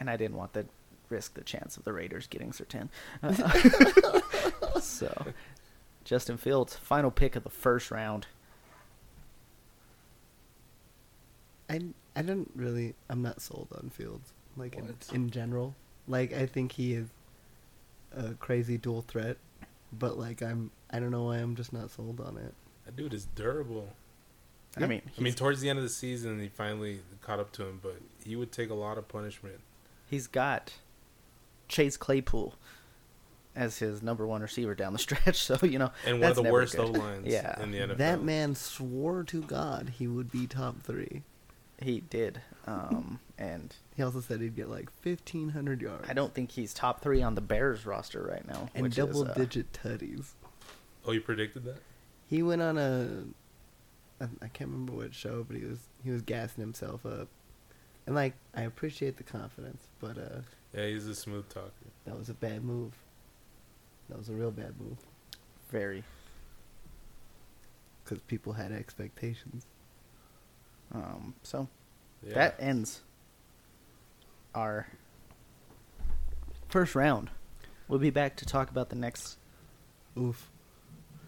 [SPEAKER 2] and I didn't want to risk the chance of the Raiders getting Sertan. Uh, so,
[SPEAKER 4] (laughs)
[SPEAKER 2] Justin Fields, final pick of the first round.
[SPEAKER 3] I I don't really. I'm not sold on Fields like in,
[SPEAKER 1] What?
[SPEAKER 3] in general. Like I think he is a crazy dual threat, but like I'm I don't know why I'm just not sold on it.
[SPEAKER 4] That dude is durable.
[SPEAKER 2] I mean,
[SPEAKER 4] I mean, towards the end of the season, he finally caught up to him, but he would take a lot of punishment.
[SPEAKER 2] he's got Chase Claypool as his number one receiver down the (laughs) stretch. So you know,
[SPEAKER 4] And one
[SPEAKER 2] that's
[SPEAKER 4] of the
[SPEAKER 2] never
[SPEAKER 4] worst O
[SPEAKER 2] good. (laughs)
[SPEAKER 4] lines
[SPEAKER 2] Yeah,
[SPEAKER 4] in the NFL.
[SPEAKER 3] That man swore to God he would be top three.
[SPEAKER 2] he did. Um, and
[SPEAKER 3] He also said he'd get like fifteen hundred yards.
[SPEAKER 2] I don't think he's top three on the Bears roster right now.
[SPEAKER 3] and
[SPEAKER 2] which is,
[SPEAKER 3] double
[SPEAKER 2] uh,
[SPEAKER 3] digit tutties.
[SPEAKER 4] Oh, you predicted that?
[SPEAKER 3] He went on a I, I can't remember what show, but he was he was gassing himself up, and like I appreciate the confidence, but uh,
[SPEAKER 4] Yeah, he's a smooth talker.
[SPEAKER 3] that was a bad move. That was a real bad move
[SPEAKER 2] Very.
[SPEAKER 3] because people had expectations.
[SPEAKER 2] Um, so
[SPEAKER 4] Yeah.
[SPEAKER 2] that ends our first round. We'll be back to talk about the next
[SPEAKER 3] Oof,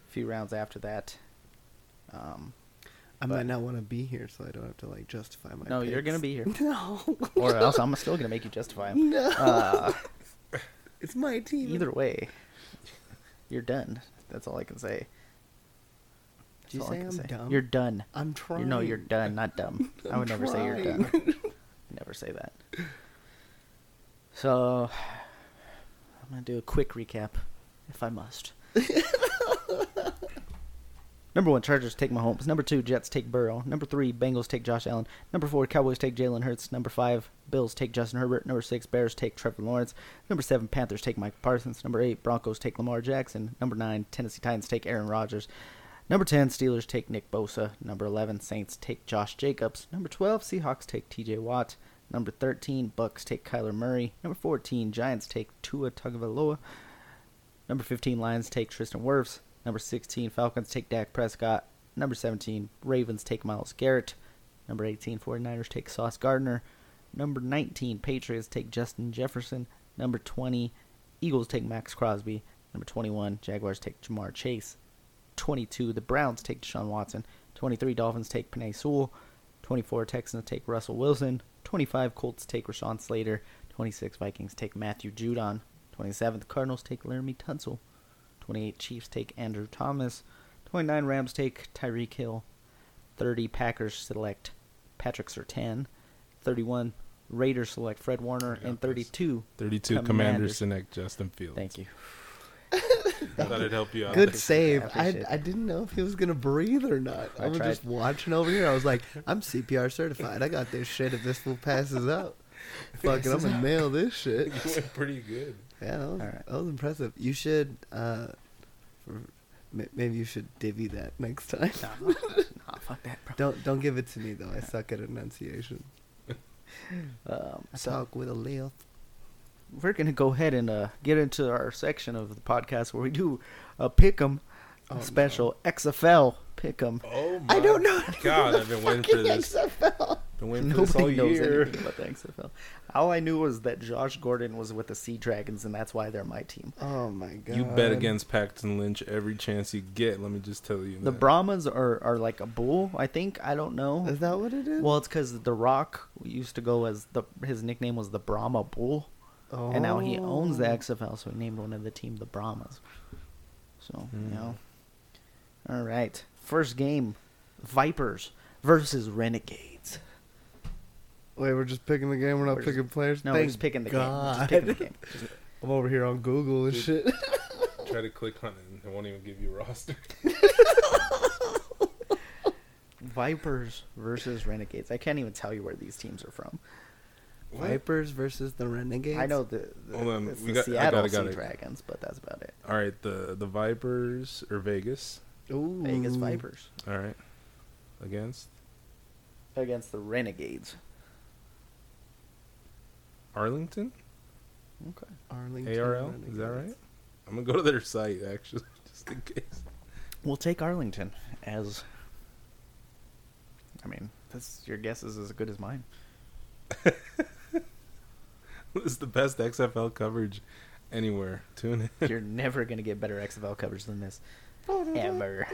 [SPEAKER 2] few rounds after that. Um,
[SPEAKER 3] I
[SPEAKER 2] But-
[SPEAKER 3] might not want to be here, so I don't have to like justify my.
[SPEAKER 2] no, you're
[SPEAKER 3] picks.
[SPEAKER 2] gonna be here,
[SPEAKER 3] (laughs) No,
[SPEAKER 2] or else I'm still gonna make you justify
[SPEAKER 3] (laughs)
[SPEAKER 2] him.
[SPEAKER 3] no,
[SPEAKER 2] Uh,
[SPEAKER 3] it's my team.
[SPEAKER 2] either way, you're done. That's all I can say. That's
[SPEAKER 3] Did you
[SPEAKER 2] all I
[SPEAKER 3] say
[SPEAKER 2] can
[SPEAKER 3] I'm dumb?
[SPEAKER 2] You're done.
[SPEAKER 3] I'm trying.
[SPEAKER 2] You're, no, you're done, not
[SPEAKER 3] (laughs)
[SPEAKER 2] dumb. I would never say you're done. never say that. So, I'm going to do a quick recap, if I must. Number one, Chargers take Mahomes. Number two, Jets take Burrow. Number three, Bengals take Josh Allen. Number four, Cowboys take Jalen Hurts. Number five, Bills take Justin Herbert. Number six, Bears take Trevor Lawrence. Number seven, Panthers take Mike Parsons. Number eight, Broncos take Lamar Jackson. Number nine, Tennessee Titans take Aaron Rodgers. Number 10, Steelers take Nick Bosa. Number 11, Saints take Josh Jacobs. Number 12, Seahawks take TJ Watt. Number 13, Bucks take Kyler Murray. Number 14, Giants take Tua Tagovailoa. Number 15, Lions take Tristan Wirfs. Number 16, Falcons take Dak Prescott. Number 17, Ravens take Miles Garrett. Number 18, 49ers take Sauce Gardner. Number 19, Patriots take Justin Jefferson. Number 20, Eagles take Max Crosby. Number 21, Jaguars take Jamar Chase. 22, the Browns take Deshaun Watson. 23, Dolphins take Panay Sewell. 24, Texans take Russell Wilson. 25, Colts take Rashawn Slater. 26, Vikings take Matthew Judon. 27th, Cardinals take Laramie Tunsil. 28, Chiefs take Andrew Thomas. 29, Rams take Tyreek Hill. 30, Packers select Patrick Sertan. 31, Raiders select Fred Warner.
[SPEAKER 4] I got
[SPEAKER 2] And
[SPEAKER 4] this.
[SPEAKER 2] 32,
[SPEAKER 4] 32
[SPEAKER 2] Commanders.
[SPEAKER 4] Commanders Select Justin Fields.
[SPEAKER 2] thank you.
[SPEAKER 4] I thought it'd help (laughs) you out.
[SPEAKER 3] Good
[SPEAKER 4] there.
[SPEAKER 3] save.
[SPEAKER 2] I
[SPEAKER 3] I,
[SPEAKER 2] appreciate
[SPEAKER 3] I didn't know if he was gonna breathe or not.
[SPEAKER 2] I
[SPEAKER 3] I, was
[SPEAKER 2] tried.
[SPEAKER 3] just watching over here. I was like, I'm CPR certified. I got this shit. If this fool passes
[SPEAKER 2] (laughs)
[SPEAKER 3] out, fucking, I'm gonna nail this shit.
[SPEAKER 4] You went pretty good.
[SPEAKER 3] Yeah, that was,
[SPEAKER 2] Alright.
[SPEAKER 3] that was impressive. You should, uh, for, ma- maybe you should divvy that (laughs) next time.
[SPEAKER 2] Nah, (laughs) nah, fuck that,
[SPEAKER 3] (laughs)
[SPEAKER 2] bro.
[SPEAKER 3] Don't don't give it to me though. I suck at enunciation.
[SPEAKER 2] Um,
[SPEAKER 3] I
[SPEAKER 2] so
[SPEAKER 3] talk with a laugh.
[SPEAKER 2] we're gonna go ahead and uh, get into our section of the podcast where we do a pick'em
[SPEAKER 3] Oh, no.
[SPEAKER 2] special XFL pick'em.
[SPEAKER 4] Oh my
[SPEAKER 3] I don't know.
[SPEAKER 4] God, I've been waiting for this.
[SPEAKER 3] XFL.
[SPEAKER 4] Been waiting for this all
[SPEAKER 2] Nobody knows
[SPEAKER 4] year.
[SPEAKER 2] anything about the XFL. All I knew was that Josh Gordon was with the Sea Dragons, and that's why they're my team.
[SPEAKER 3] Oh my god.
[SPEAKER 4] You bet against Paxton Lynch every chance you get. Let me just tell you.
[SPEAKER 2] The
[SPEAKER 4] that.
[SPEAKER 2] Brahmas are, are like a bull, I think. I don't know.
[SPEAKER 3] Is that what it is?
[SPEAKER 2] Well, it's because The Rock used to go as the his nickname was the Brahma Bull, and now he owns the
[SPEAKER 3] Oh.
[SPEAKER 2] XFL, so he named one of the team the Brahmas. So you
[SPEAKER 4] Hmm.
[SPEAKER 2] know, all right. First game, Vipers versus Renegades.
[SPEAKER 3] Wait, we're just picking the game. We're not
[SPEAKER 2] We're just-
[SPEAKER 3] picking players.
[SPEAKER 2] No, we're
[SPEAKER 3] Thank
[SPEAKER 2] just picking the
[SPEAKER 3] God.
[SPEAKER 2] game. We're Just picking the game.
[SPEAKER 3] (laughs) I'm over here on Google and
[SPEAKER 4] (laughs)
[SPEAKER 3] shit.
[SPEAKER 4] Try to click on it, and it won't even give you a roster.
[SPEAKER 2] Vipers versus Renegades. I can't even tell you where these teams are from.
[SPEAKER 3] Vipers versus the Renegades.
[SPEAKER 2] I know the, the,
[SPEAKER 4] Hold on,
[SPEAKER 2] it's
[SPEAKER 4] we
[SPEAKER 2] the
[SPEAKER 4] got- I
[SPEAKER 2] Seattle
[SPEAKER 4] gotta- gotta-
[SPEAKER 2] Sea Dragons, but that's about it.
[SPEAKER 4] All right, the the Vipers or Vegas.
[SPEAKER 3] Ooh.
[SPEAKER 4] Mm.
[SPEAKER 2] Vegas Vipers
[SPEAKER 4] All right, against
[SPEAKER 2] against the Renegades.
[SPEAKER 4] Arlington.
[SPEAKER 2] Okay.
[SPEAKER 3] Arlington
[SPEAKER 4] ARL. Is that
[SPEAKER 3] Renegades.
[SPEAKER 4] right? I'm gonna go to their site actually, (laughs) just in case.
[SPEAKER 2] We'll take Arlington as. I mean, that's your guess is as good as mine.
[SPEAKER 4] this is the best XFL coverage anywhere. Tune in.
[SPEAKER 2] You're never gonna get better XFL coverage than this, ever.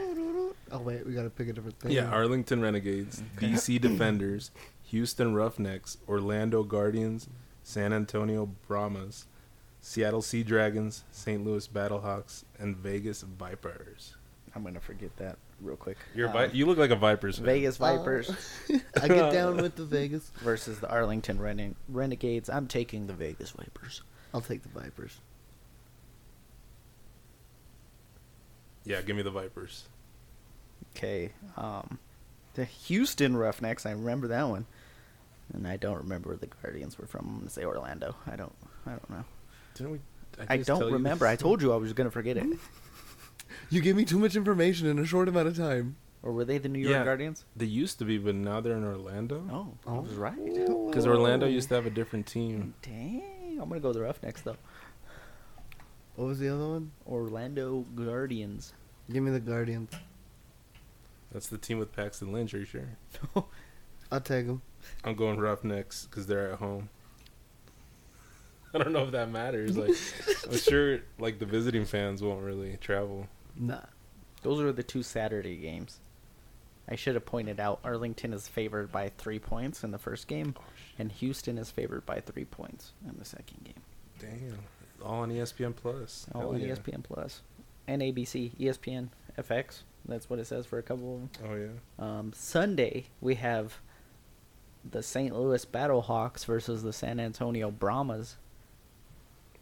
[SPEAKER 3] Oh wait, we gotta pick a different thing.
[SPEAKER 4] (laughs) Yeah, Arlington Renegades, DC Defenders, Houston Roughnecks, Orlando Guardians, San Antonio Brahmas, Seattle Sea Dragons, St. Louis Battlehawks, and Vegas Vipers.
[SPEAKER 2] I'm gonna forget that real quick.
[SPEAKER 4] You're a
[SPEAKER 2] Um,
[SPEAKER 4] Vi- you look like a Vipers fan.
[SPEAKER 2] Vegas
[SPEAKER 3] Oh.
[SPEAKER 2] Vipers
[SPEAKER 3] I get
[SPEAKER 4] (laughs)
[SPEAKER 3] down with the Vegas.
[SPEAKER 2] versus the Arlington Rene- Renegades. I'm taking the Vegas Vipers.
[SPEAKER 3] I'll take the Vipers.
[SPEAKER 4] Yeah, give me the Vipers.
[SPEAKER 2] Okay. Um, the Houston Roughnecks. I remember that one, and I don't remember where the Guardians were from. I'm gonna say Orlando. I don't. I don't know.
[SPEAKER 4] Didn't we?
[SPEAKER 2] I,
[SPEAKER 4] just tell
[SPEAKER 2] don't
[SPEAKER 4] you
[SPEAKER 2] remember.
[SPEAKER 4] this?
[SPEAKER 2] I told you I was gonna forget it.
[SPEAKER 4] (laughs)
[SPEAKER 3] You gave me too much information in a short amount of time.
[SPEAKER 2] Or were they the New York
[SPEAKER 4] Yeah.
[SPEAKER 2] Guardians?
[SPEAKER 4] They used to be, but now they're in Orlando.
[SPEAKER 2] Oh, I
[SPEAKER 3] Oh.
[SPEAKER 2] was right.
[SPEAKER 4] Because Orlando used to have a different team.
[SPEAKER 2] Dang, I'm gonna go with the Roughnecks though.
[SPEAKER 3] What was the other one?
[SPEAKER 2] Orlando Guardians.
[SPEAKER 3] Give me the Guardians.
[SPEAKER 4] That's the team with Paxton Lynch. Are you sure?
[SPEAKER 3] I'll take them.
[SPEAKER 4] I'm going Roughnecks because they're at home. I don't know if that
[SPEAKER 2] (laughs)
[SPEAKER 4] matters. Like, I'm sure like the visiting fans won't really travel.
[SPEAKER 3] Nah.
[SPEAKER 2] Those are the two Saturday games. I should have pointed out Arlington is favored by three points in the first game,
[SPEAKER 4] Oh,
[SPEAKER 2] and Houston is favored by three points in the second game.
[SPEAKER 4] Damn, all on E ESPN Plus.
[SPEAKER 2] All
[SPEAKER 4] Hell
[SPEAKER 2] on E
[SPEAKER 4] yeah.
[SPEAKER 2] ESPN Plus and ABC, ESPN FX. That's what it says for a couple of them.
[SPEAKER 4] Oh yeah.
[SPEAKER 2] Um, Sunday we have the St. Louis Battlehawks versus the San Antonio Brahmas.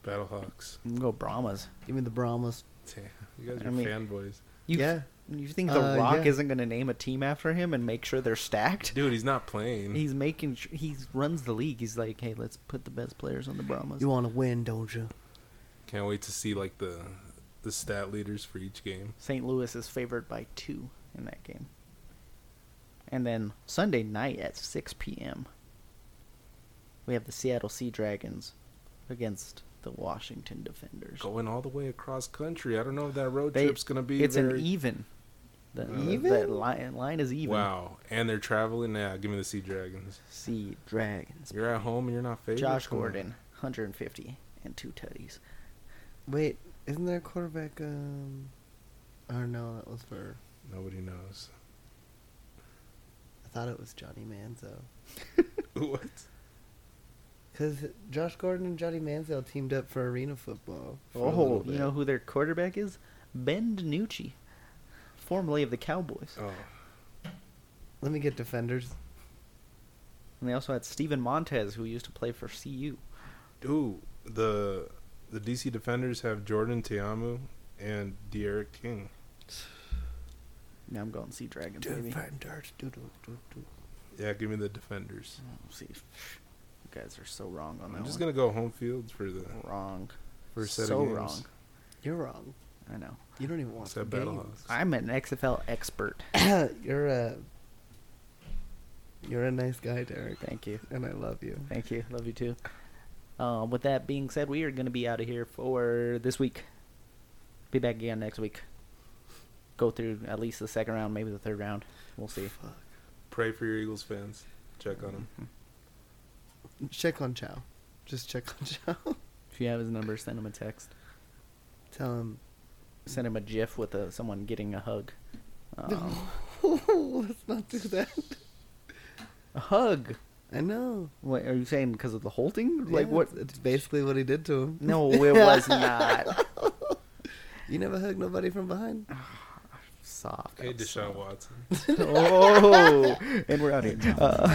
[SPEAKER 4] Battlehawks.
[SPEAKER 2] I'm gonna go Brahmas.
[SPEAKER 3] Give me the Brahmas.
[SPEAKER 4] Damn, you guys
[SPEAKER 2] I
[SPEAKER 4] are
[SPEAKER 2] mean-
[SPEAKER 4] fanboys.
[SPEAKER 2] You
[SPEAKER 3] yeah.
[SPEAKER 2] you think The
[SPEAKER 3] Uh,
[SPEAKER 2] Rock
[SPEAKER 3] yeah.
[SPEAKER 2] isn't gonna name a team after him and make sure they're stacked?
[SPEAKER 4] Dude, he's not playing.
[SPEAKER 2] He's making. tr- He runs the league. He's like, hey, let's put the best players on the Brahmas.
[SPEAKER 3] You want to win, don't you?
[SPEAKER 4] Can't wait to see like the the stat leaders for each game.
[SPEAKER 2] St. Louis is favored by two in that game. And then Sunday night at 6 p.m. We have the Seattle Sea Dragons against the Washington Defenders.
[SPEAKER 4] Going all the way across country. I don't know if that road
[SPEAKER 2] They-
[SPEAKER 4] trip's gonna be.
[SPEAKER 2] it's
[SPEAKER 4] very...
[SPEAKER 2] an even. The,
[SPEAKER 3] Even?
[SPEAKER 2] That line, line is even.
[SPEAKER 4] Wow, and they're traveling. Yeah, give me the Sea Dragons.
[SPEAKER 2] Sea Dragons.
[SPEAKER 4] You're at home and you're not favored.
[SPEAKER 2] Josh
[SPEAKER 4] Come on.
[SPEAKER 2] Gordon, 150 and two tutties.
[SPEAKER 3] Wait, isn't there a quarterback? Um, or no, that was for.
[SPEAKER 4] Nobody knows.
[SPEAKER 3] I thought it was Johnny Manziel.
[SPEAKER 4] (laughs) what?
[SPEAKER 3] Because Josh Gordon and Johnny Manziel teamed up for arena football. for a little
[SPEAKER 2] Oh, you
[SPEAKER 3] bit.
[SPEAKER 2] know who their quarterback is? Ben DiNucci, formerly of the Cowboys.
[SPEAKER 4] Oh,
[SPEAKER 3] Let me get defenders.
[SPEAKER 2] And they also had Steven Montez, who used to play for CU.
[SPEAKER 4] dude, the the DC Defenders have Jordan Tiamu and Derek King.
[SPEAKER 2] Now I'm going Sea Dragons, baby.
[SPEAKER 3] Defenders. doo doo doo doo.
[SPEAKER 4] Yeah, give me the Defenders.
[SPEAKER 2] Oh, see, you guys are so wrong on that.
[SPEAKER 4] I'm just
[SPEAKER 2] one.
[SPEAKER 4] gonna go home field for the
[SPEAKER 2] wrong.
[SPEAKER 4] first set
[SPEAKER 2] so
[SPEAKER 4] of games.
[SPEAKER 2] wrong.
[SPEAKER 3] You're wrong.
[SPEAKER 2] I know.
[SPEAKER 3] You don't even watch the
[SPEAKER 4] Except Battlehawks.
[SPEAKER 3] games.
[SPEAKER 2] I'm an XFL expert.
[SPEAKER 3] (coughs) you're a. You're a nice guy, Derek,
[SPEAKER 2] Thank you.
[SPEAKER 3] and I love you.
[SPEAKER 2] Thank you. Love you too. Um, with that being said, we are going to be out of here for this week. Be back again next week. Go through at least the second round, maybe the third round. We'll see.
[SPEAKER 4] Pray for your Eagles fans. Check on them.
[SPEAKER 3] Check on Chow. Just check on (laughs) Chow.
[SPEAKER 2] If you have his number, send him a text.
[SPEAKER 3] Tell him.
[SPEAKER 2] Send him a GIF with a, someone getting a hug. Um,
[SPEAKER 3] (laughs) Let's not do that.
[SPEAKER 2] a hug.
[SPEAKER 3] I know.
[SPEAKER 2] What are you saying? Because of the whole thing? Like
[SPEAKER 3] Yeah,
[SPEAKER 2] what?
[SPEAKER 3] It's it's basically what he did to him.
[SPEAKER 2] No, it (laughs) was not.
[SPEAKER 3] You never hug nobody from behind.
[SPEAKER 2] Soft.
[SPEAKER 4] Hey,
[SPEAKER 2] I'm
[SPEAKER 4] Deshaun
[SPEAKER 2] soft.
[SPEAKER 4] Watson.
[SPEAKER 2] (laughs) Oh, and we're out here. Uh,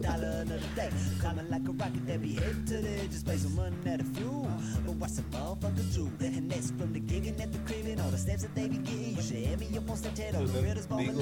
[SPEAKER 1] dollar another day. Climbing like a rocket that we hit today. Just play some money at a fuel. But watch some motherfuckers do. And that's from the gigging at the crib and all the steps that they be getting. You should hit me up on Snapchat or the
[SPEAKER 4] Isn't
[SPEAKER 1] realest moment.
[SPEAKER 4] legal?